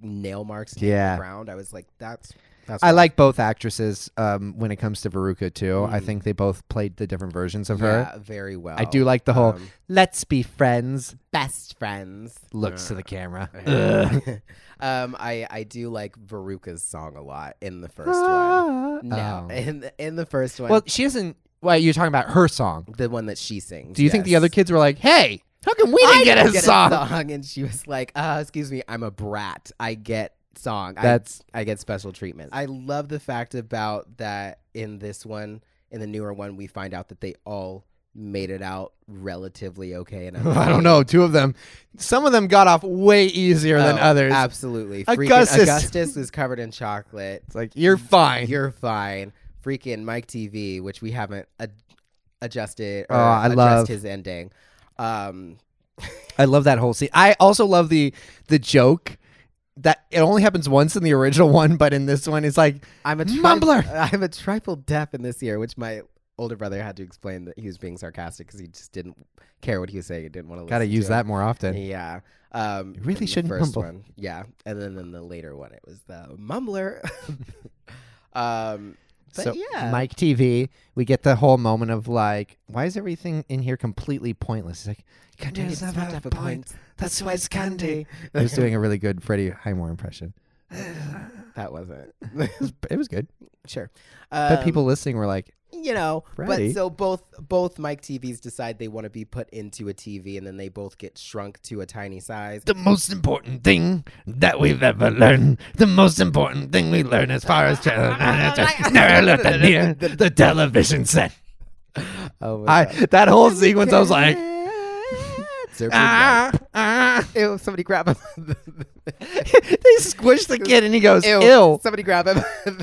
A: nail marks in
B: Yeah.
A: the ground, I was like, that's, that's,
B: I
A: rough.
B: like both actresses um, when it comes to Veruca too. I
A: Mhm.
B: think they both played the different versions of her.
A: yeah, very well.
B: I do like the whole
A: Um,
B: "let's be friends"
A: best friends.
B: looks to
A: Uh,
B: the camera. Ugh.
A: [LAUGHS] um, I, I do like Veruca's song a lot in the first one.
B: [LAUGHS]
A: No,
B: Ah. Oh.
A: in, the- in the first one,
B: Well, she doesn't. Well, you're talking about her song.
A: the one that she sings.
B: Do you think the
A: yes.
B: other kids were like, "Hey, how come we didn't
A: I
B: get a
A: didn't get
B: song?"
A: and she was like, uh, excuse me, I'm a brat. I get song. I-
B: That's-
A: I, get special treatment. I love the fact about that in this one, in the newer one, we find out that they all made it out relatively okay.
B: [LAUGHS]
A: And
B: I don't know. Two of them. Some of them got off way easier than others.
A: Oh, Absolutely. Freaking
B: Augustus.
A: Augustus is covered in chocolate.
B: it's like you're fine.
A: You're fine. Freaking Mike TV, which we haven't ad- adjusted or
B: Oh, I
A: adjust
B: love-
A: his ending. Um,
B: I love that whole scene. I also love the the joke that it only happens once in the original [LAUGHS] one, but in this one, it's like
A: I'm a tri- [LAUGHS]
B: Mumbler.
A: I'm a trifle deaf in this year, which my older brother had to explain that he was being sarcastic because he just didn't care what he was saying. He didn't want to.
B: gotta use that more often.
A: Yeah. Um,
B: You really
A: in the
B: shouldn't
A: first
B: mumble.
A: one. Yeah, and then in the later one, it was the mumbler. [LAUGHS] um, but
B: so
A: yeah,
B: Mike TV, we get the whole moment of like, why is everything in here completely pointless? He's like, candy
A: It's
B: does not
A: not
B: have
A: to
B: a
A: have a
B: point.
A: point.
B: That's why
A: [LAUGHS]
B: it's candy. I was doing a really good Freddie Highmore impression.
A: that wasn't [LAUGHS]
B: It was, it was good,
A: sure.
B: but
A: Um,
B: people listening were like,
A: you know
B: Right.
A: but so both both mike tvs decide they want to be put into a tv and then they both get shrunk to a tiny size
D: the most important thing that we've ever learned. The most important thing we learn as far as channel managers.
A: [LAUGHS]
D: never let the near the television set.
A: oh my
B: I
A: God.
B: that whole sequence, I was like,
A: Surfing Mike.
B: ah,
D: [LAUGHS]
B: ah.
A: Ew, somebody grab him [LAUGHS]
B: they squish the kid, and he goes,
A: ew,
B: ew.
A: somebody grab him [LAUGHS]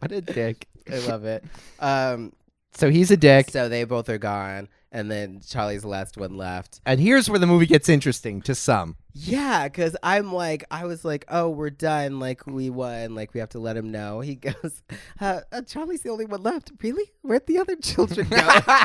B: What a dick.
A: i love it um
B: So he's a dick.
A: so they both are gone and then charlie's the last one left
B: And here's where the movie gets interesting to some.
A: Yeah, because I'm like, I was like, oh, we're done. Like, we won. Like, we have to let him know. He [LAUGHS] goes, uh, uh, Charlie's the only one left. Really? Where'd the other [LAUGHS] children go?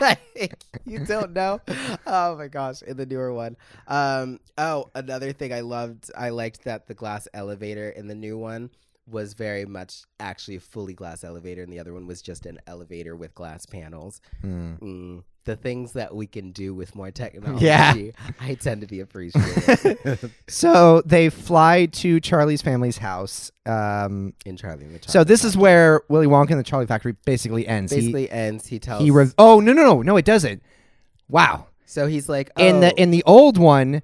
A: like, you don't know? Oh my gosh, in the newer one. Um, oh, another thing I loved, I liked that the glass elevator in the new one was very much actually a fully glass elevator, and the other one was just an elevator with glass panels. Mm. The things that we can do with more technology, I tend to be appreciative.
B: So they fly to Charlie's family's house. Um,
A: in Charlie and the Chocolate.
B: so this is where Willy Wonka and the Charlie Factory basically ends. He-
A: basically ends. He tells.
B: he, re- oh no no no no it doesn't. Wow.
A: so he's like
B: In
A: oh,
B: the in the old one,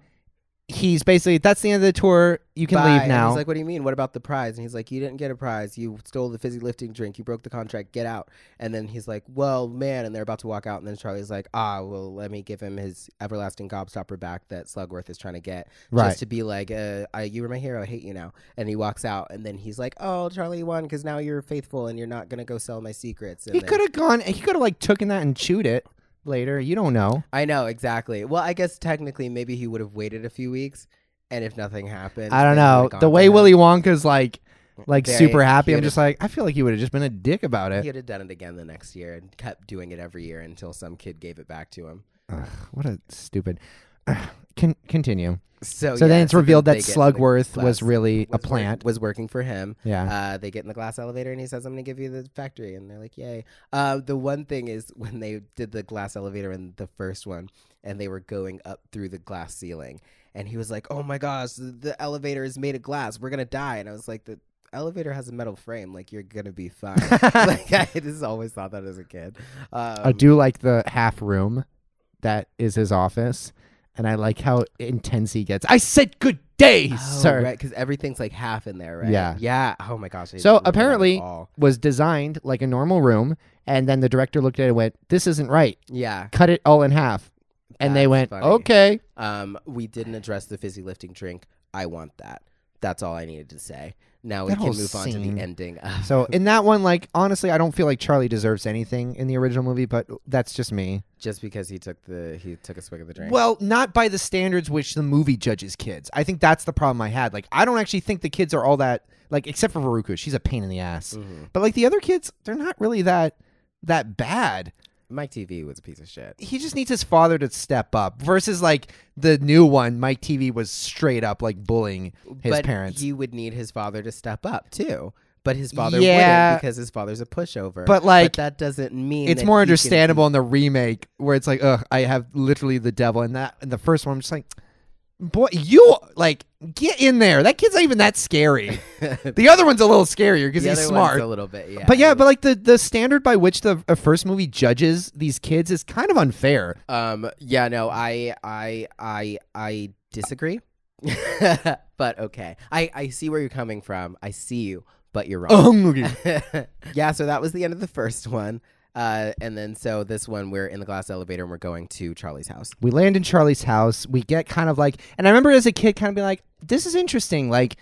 B: he's basically that's the end of the tour. You can
A: "Oh, bye."
B: leave
A: And
B: now.
A: he's like, what do you mean? What about the prize? And he's like, you didn't get a prize. You stole the fizzy lifting drink. You broke the contract. Get out. And then he's like, well, man. And they're about to walk out. And then Charlie's like, ah, well, let me give him his everlasting gobstopper back that Slugworth is trying to get,
B: Right.
A: just to be like, uh, I, you were my hero. I hate you now. And he walks out. And then he's like, oh, Charlie you won because now you're faithful and you're not gonna go sell my secrets. And
B: he
A: then-
B: could have gone. He could have like taken that and chewed it. later. You don't know.
A: I know exactly. Well, I guess technically, maybe he would have waited a few weeks, and if nothing happened,
B: I don't
A: they
B: know.
A: would've
B: The
A: gone
B: way
A: for him.
B: Willy Wonka's like like
A: Very
B: super happy. I'm
A: cute.
B: just like I feel like he would have just been a dick
A: [LAUGHS]
B: about
A: he
B: it.
A: would have done it again the next year and kept doing it every year until some kid gave it back to him.
B: Ugh, what a stupid. [SIGHS] Ugh, Con- continue.
A: So,
B: so
A: Oh, yeah,
B: then it's revealed
A: they
B: that
A: get in the
B: Slugworth
A: glass-
B: was really a
A: was work-
B: plant.
A: was working for him.
B: yeah.
A: Uh, they get in the glass elevator and he says, "I'm going to give you the factory," and they're like, "Yay!" Uh, the one thing is [LAUGHS] when they did the glass elevator in the first one, and they were going up through the glass ceiling, and he was like, "Oh my gosh, the, the elevator is made of glass. We're gonna die!" And I was like, "The elevator has a metal frame. Like you're gonna be
B: [LAUGHS]
A: fine." [LAUGHS] like I just always thought that as a kid. Um,
B: I do like the half room that is his office, and I like how intense he gets. I said good day, sir.
A: because oh, everything's like half in there, right?
B: Yeah.
A: yeah. Oh my gosh. I didn't
B: So
A: remember that at
B: apparently-
A: all.
B: Was designed like a normal room, and then the director looked at it and went, "This isn't right.
A: yeah.
B: Cut it all in half." And they
A: That's
B: went,
A: funny. [LAUGHS]
B: "Okay."
A: Um, we didn't address the fizzy lifting drink. I want that. That's all I needed to say. Now
B: That
A: we
B: whole
A: can move on to
B: scene.
A: the ending. Of [LAUGHS]
B: So in that one, like honestly, I don't feel like Charlie deserves anything in the original movie, but that's just me.
A: just because he took the he took a swig of the drink.
B: Well, not by the standards which the movie judges kids. I think that's the problem I had. Like, I don't actually think the kids are all that like, except for Veruca, she's a pain in the ass.
A: Mhm.
B: But like the other kids, they're not really that that bad.
A: Mike TV was a piece of shit.
B: He just needs his father to step up. Versus like the new one, Mike TV was straight up like bullying his
A: but
B: parents.
A: he would need his father to step up too. But his father
B: Yeah.
A: wouldn't because his father's a pushover.
B: But, like,
A: that doesn't mean
B: it's
A: that
B: more
A: he can be- [LAUGHS]
B: understandable in the remake where it's like, ugh, I have literally the devil, and that in the first one, I'm just like, boy, you like get in there. That kid's not even that scary. the other one's a little scarier because
A: the
B: he's
A: other
B: smart.
A: one's a little bit. Yeah,
B: but yeah, but like the the standard by which the a first movie judges these kids is kind of [LAUGHS] unfair.
A: Um. Yeah. No. I. I. I. I disagree. [LAUGHS] but okay. I. I see where you're coming from. I see you, but you're wrong.
B: Oh.
A: [LAUGHS] yeah. So that was the end of the first one. Uh. And then so this one we're in the glass elevator and we're going to Charlie's house.
B: we land in Charlie's house. We get kind of like, and I remember as a kid kind of being like, this is interesting. Like,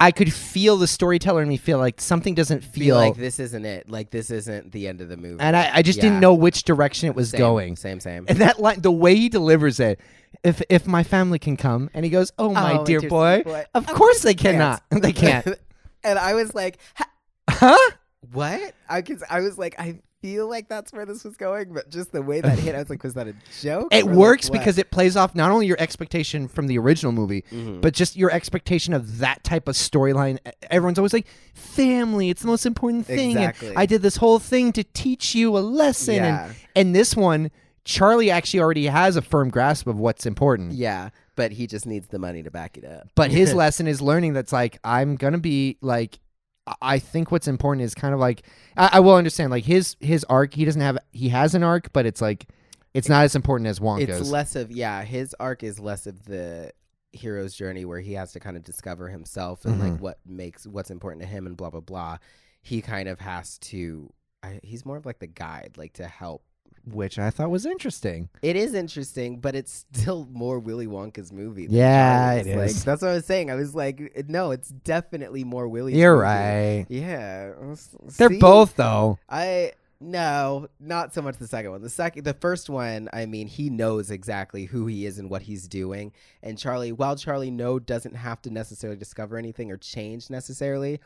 B: I could feel the storyteller in me feel like something doesn't
A: Be
B: feel
A: like this isn't it. Like this isn't the end of the movie.
B: and I, I just didn't
A: Yeah.
B: know which direction it was
A: Same,
B: going.
A: Same. Same.
B: And that line, the way he delivers it, if if my family can come, and he goes, "Oh my
A: Oh,
B: dear
A: dear
B: boy,
A: boy,
B: of course they cannot, [LAUGHS] they can't."
A: [LAUGHS] and I was like, "Ha-
B: huh?
A: what? I cause I was like, I feel like that's where this was going, but just the way that hit, I was like, was that a joke?
B: It
A: or, like,
B: works
A: what?
B: because it plays off not only your expectation from the original movie,
A: Mm-hmm.
B: but just your expectation of that type of storyline. E- Everyone's always like, "Family, it's the most important thing." and
A: Exactly.
B: I did this whole thing to teach you a lesson,
A: Yeah.
B: and and this one, Charlie actually already has a firm grasp of what's important.
A: Yeah, but he just needs the money to back it up.
B: but
A: [LAUGHS]
B: his lesson is learning that's like i'm gonna be like I- i think what's important is kind of like i, I will understand like his his arc he doesn't have he has an arc but it's like it's not as important as wonka's
A: It's less of yeah, his arc is less of the hero's journey where he has to kind of discover himself and like what makes what's important to him and blah blah blah. He kind of has to. I, he's more of like the guide, like to help.
B: which i thought was interesting
A: It is interesting, but it's still more Willy Wonka's movie. than
B: Yeah,
A: Charlie's.
B: it
A: Like,
B: is.
A: that's what I was saying. I was like, no, it's definitely more Willy's.
B: you're
A: movie.
B: right
A: Yeah, s-
B: they're
A: see?
B: both though
A: I no, not so much the second one. The second, the first one, I mean, he knows exactly who he is and what he's doing. And Charlie, while Charlie no doesn't have to necessarily discover anything or change necessarily,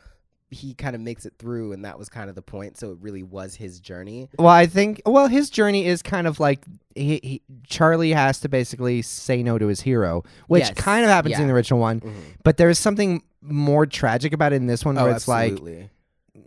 A: he kind of makes it through, and that was kind of the point. So it really was his journey.
B: well i think well his journey is kind of like he, he charlie has to basically say no to his hero which
A: Yes.
B: kind of happens
A: Yeah.
B: in the original one but there's something more tragic about it in this one
A: Oh,
B: where Oh, it's like
A: like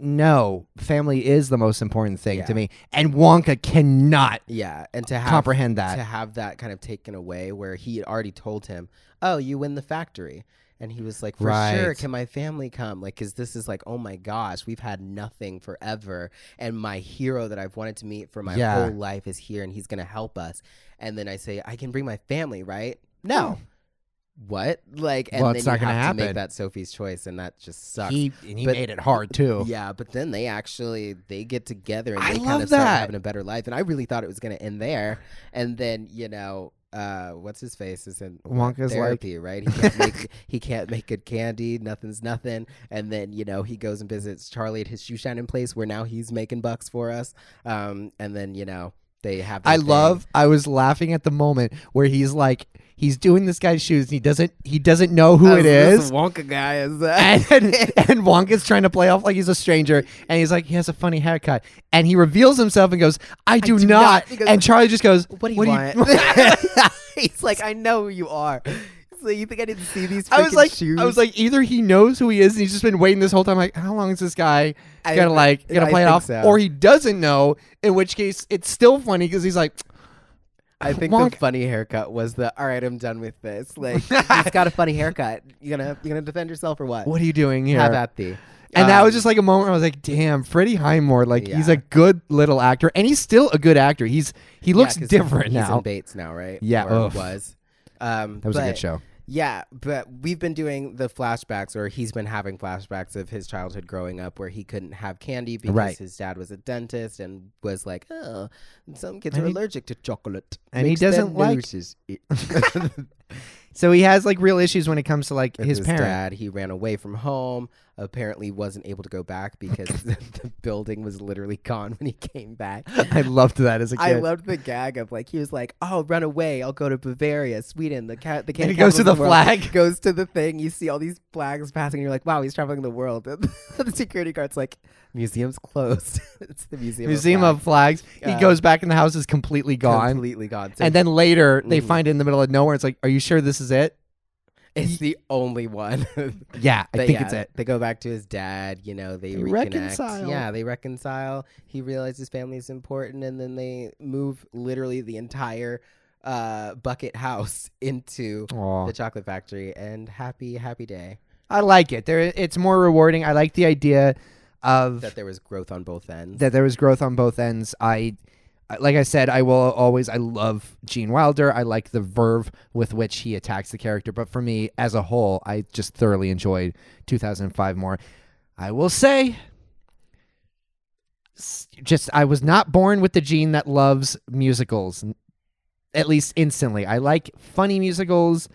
B: no, family is the most important thing
A: Yeah.
B: to me, and Wonka cannot
A: yeah, and to have
B: comprehend that.
A: to have that kind of taken away, where he had already told him, "Oh, you win the factory." And he was like, "For sure,
B: Right.
A: can my family come? Like, cause this is like, oh my gosh, we've had nothing forever, and my hero that I've wanted to meet for my
B: Yeah.
A: whole life is here, and he's gonna help us." And then I say, "I can bring my family, right?" No, what? Like, and
B: Well,
A: then
B: it's
A: you
B: not gonna
A: have to make
B: happen.
A: that Sophie's choice, and that just sucks.
B: he and he
A: But-
B: made it hard too.
A: Yeah, but then they actually they get together and
B: Oh. I
A: they kind
B: love
A: of start
B: that.
A: having a better life. And I really thought it was going to end there. And then you know, uh, what's his face is in
B: Wonka's like,
A: therapy, right? He can't make [LAUGHS] he can't make good candy. Nothing's nothing. And then you know he goes and visits Charlie at his shoe shining place, where now he's making bucks for us. Um, and then you know They have.
B: I
A: their
B: love. I was laughing at the moment where he's like, he's doing this guy's shoes, and he doesn't, he doesn't know who
A: thing.
B: it
A: Oh, This [LAUGHS]
B: is.
A: Wonka guy is. uh,
B: And, and Wonka's trying to play off like he's a stranger, and he's like, he has a funny haircut, and he reveals himself and goes, "I do,
A: do not,"
B: not."
A: he goes,
B: and Charlie just goes,
A: What do you
B: [LAUGHS]
A: want? [LAUGHS] [LAUGHS] He's like, I know who you are. So you think I didn't see these?
B: I was
A: freaking
B: like,
A: shoes?
B: I was like, either he knows who he is and he's just been waiting this whole time. Like, how long is this guy
A: I-
B: gonna like gonna
A: I
B: play it
A: think
B: off,
A: so.
B: or he doesn't know. In which case, it's still funny because he's like,
A: I think
B: Wonk.
A: the funny haircut was the. All right, I'm done with this.
B: [LAUGHS]
A: Like, he's got a funny haircut. You gonna you gonna defend yourself or what?
B: "What are you doing here?"
A: Have at thee.
B: and that was
A: Um,
B: just like a moment where I was like, "Damn, Freddie Highmore! Like, he's
A: Yeah.
B: a good little actor, and he's still a good actor. He's he looks
A: 'cause
B: different
A: he's
B: now."
A: In Bates now, right?
B: Yeah,
A: Or
B: oof.
A: was. Um,
B: That was a good
A: but-
B: show.
A: Yeah, but we've been doing the flashbacks, or he's been having flashbacks of his childhood growing up, where he couldn't have candy because
B: Right.
A: his dad was a dentist and was like, "Oh, some kids
B: And
A: are
B: he-
A: allergic to chocolate,
B: and he
A: Makes them
B: doesn't like-
A: loses it."
B: [LAUGHS]
A: [LAUGHS]
B: So he has like real issues when it comes to like
A: With
B: his, parent.
A: dad. He ran away from home. Apparently, wasn't able to go back because [LAUGHS] the building was literally gone when he came back.
B: [LAUGHS] I loved that as a kid.
A: I loved the gag of like he was like, "Oh, run away! I'll go to Bavaria, Sweden." The cat, the
B: And he
A: capital
B: goes to
A: of the,
B: the
A: world," [LAUGHS]
B: flag.
A: goes to the thing. You see all these flags passing, and you're like, "Wow, he's traveling the world." [LAUGHS] the security guard's like, "Museum's closed. [LAUGHS] it's the museum.
B: Museum
A: of,
B: of Flags.
A: Uh,
B: he goes back in the house is completely
A: Flags."
B: gone.
A: completely gone." So
B: and then later they
A: Mhm.
B: find it in the middle of nowhere. It's like, are you sure this is it?
A: it's the only one. [LAUGHS] I
B: Yeah, I think it's it.
A: They go back to his dad. You know, they,
B: They
A: reconnect.
B: reconcile.
A: Yeah, they reconcile. He realizes family's important, and then they move literally the entire uh, bucket house [LAUGHS] into
B: Aw.
A: the chocolate factory and happy happy day
B: I like it. There, it's more rewarding. I like the idea of
A: that there was growth on both ends
B: that there was growth on both ends. I, I- like I said, I will always. I love Gene Wilder. I like the verve with which he attacks the character. But for me, as a whole, I just thoroughly enjoyed 2005 more. I will say, s- just I was not born with the gene that loves musicals, n- at least instantly. I like funny musicals.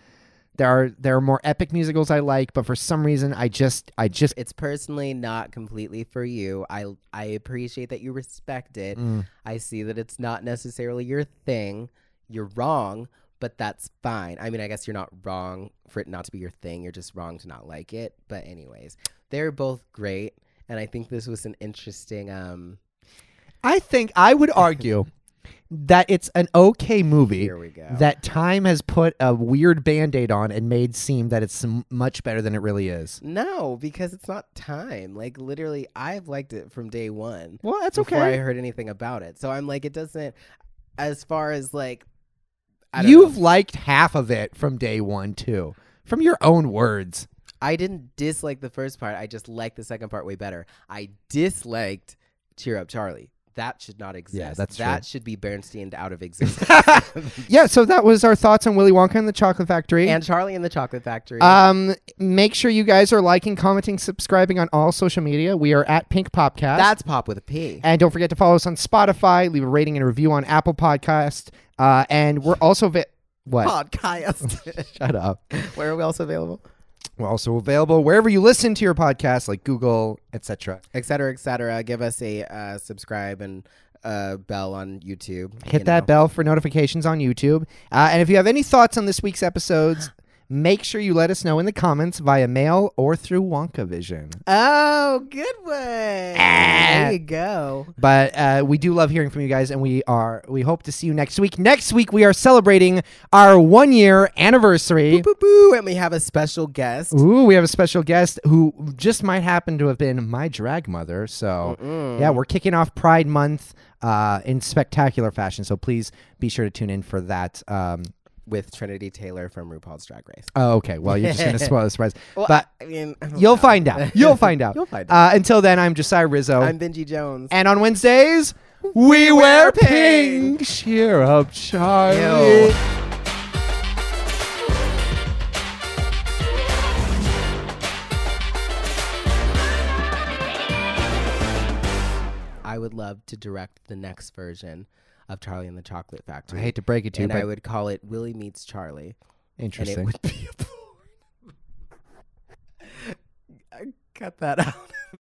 B: There are there are more epic musicals I like, but for some reason, I just I just
A: it's personally not completely for you i i appreciate that you respect it
B: Mm.
A: i see that it's not necessarily your thing you're wrong but that's fine i mean i guess you're not wrong for it not to be your thing you're just wrong to not like it but anyways they're both great and i think this was an interesting um
B: I think I would argue that it's an okay movie
A: here we go
B: that time has put a weird band-aid on and made seem that it's m- much better than it really is.
A: no because it's not time like literally i've liked it from day one
B: Well, that's
A: before I heard anything about it. So I'm like, it doesn't. As far as like, I don't
B: You've
A: know.
B: liked half of it from day 1 too, from your own words.
A: I didn't dislike the first part. I just liked the second part way better. I disliked Cheer Up Charlie. That should not exist.
B: that's
A: that
B: true.
A: should be Bernsteined out of existence.
B: [LAUGHS]
A: [LAUGHS]
B: Yeah, so that was our thoughts on Willy Wonka and the Chocolate Factory.
A: and Charlie and the Chocolate Factory.
B: um, make sure you guys are liking, commenting, subscribing on all social media. We are at Pink Popcast.
A: that's pop with a P.
B: And don't forget to follow us on Spotify, leave a rating and a review on Apple Podcast. Uh, and we're also vi- what?
A: Podcast.
B: Shut up.
A: [LAUGHS] Where are we also available?
B: We're also available wherever you listen to your podcast, like Google, etc.
A: Et cetera, et cetera. Give us a uh, subscribe and uh, bell on YouTube.
B: Hit
A: you
B: that
A: know.
B: bell for notifications on YouTube. Uh, and if you have any thoughts on this week's [SIGHS] episodes, make sure you let us know in the comments via mail or through WonkaVision.
A: Oh, good one.
B: Ah.
A: There you go.
B: But uh, we do love hearing from you guys, and we are we hope to see you next week. Next week we are celebrating our one year anniversary.
A: Boo boo, and we have a special guest.
B: Ooh, we have a special guest who just might happen to have been my drag mother. So, yeah, we're kicking off Pride Month uh, in spectacular fashion. So please be sure to tune in for that. Um,
A: with Trinity Taylor from RuPaul's Drag Race.
B: oh, okay. Well, you're just [LAUGHS] going to spoil the surprise. but
A: I mean, [LAUGHS] I don't
B: you'll
A: know.
B: find out. [LAUGHS] You'll find out.
A: You'll find out.
B: Uh, until then, I'm Josiah Rizzo.
A: I'm Benji Jones.
B: and on Wednesdays, we, wear pink.
A: pink.
B: Cheer up,
A: Ew.
B: Charlie.
A: I would love to direct the next version of Charlie and the Chocolate
B: I
A: Factory.
B: hate to break it to you,
A: and
B: but
A: I would call it Willie Meets Charlie. And it
B: interesting.
A: would be a porn. [LAUGHS] Cut that out.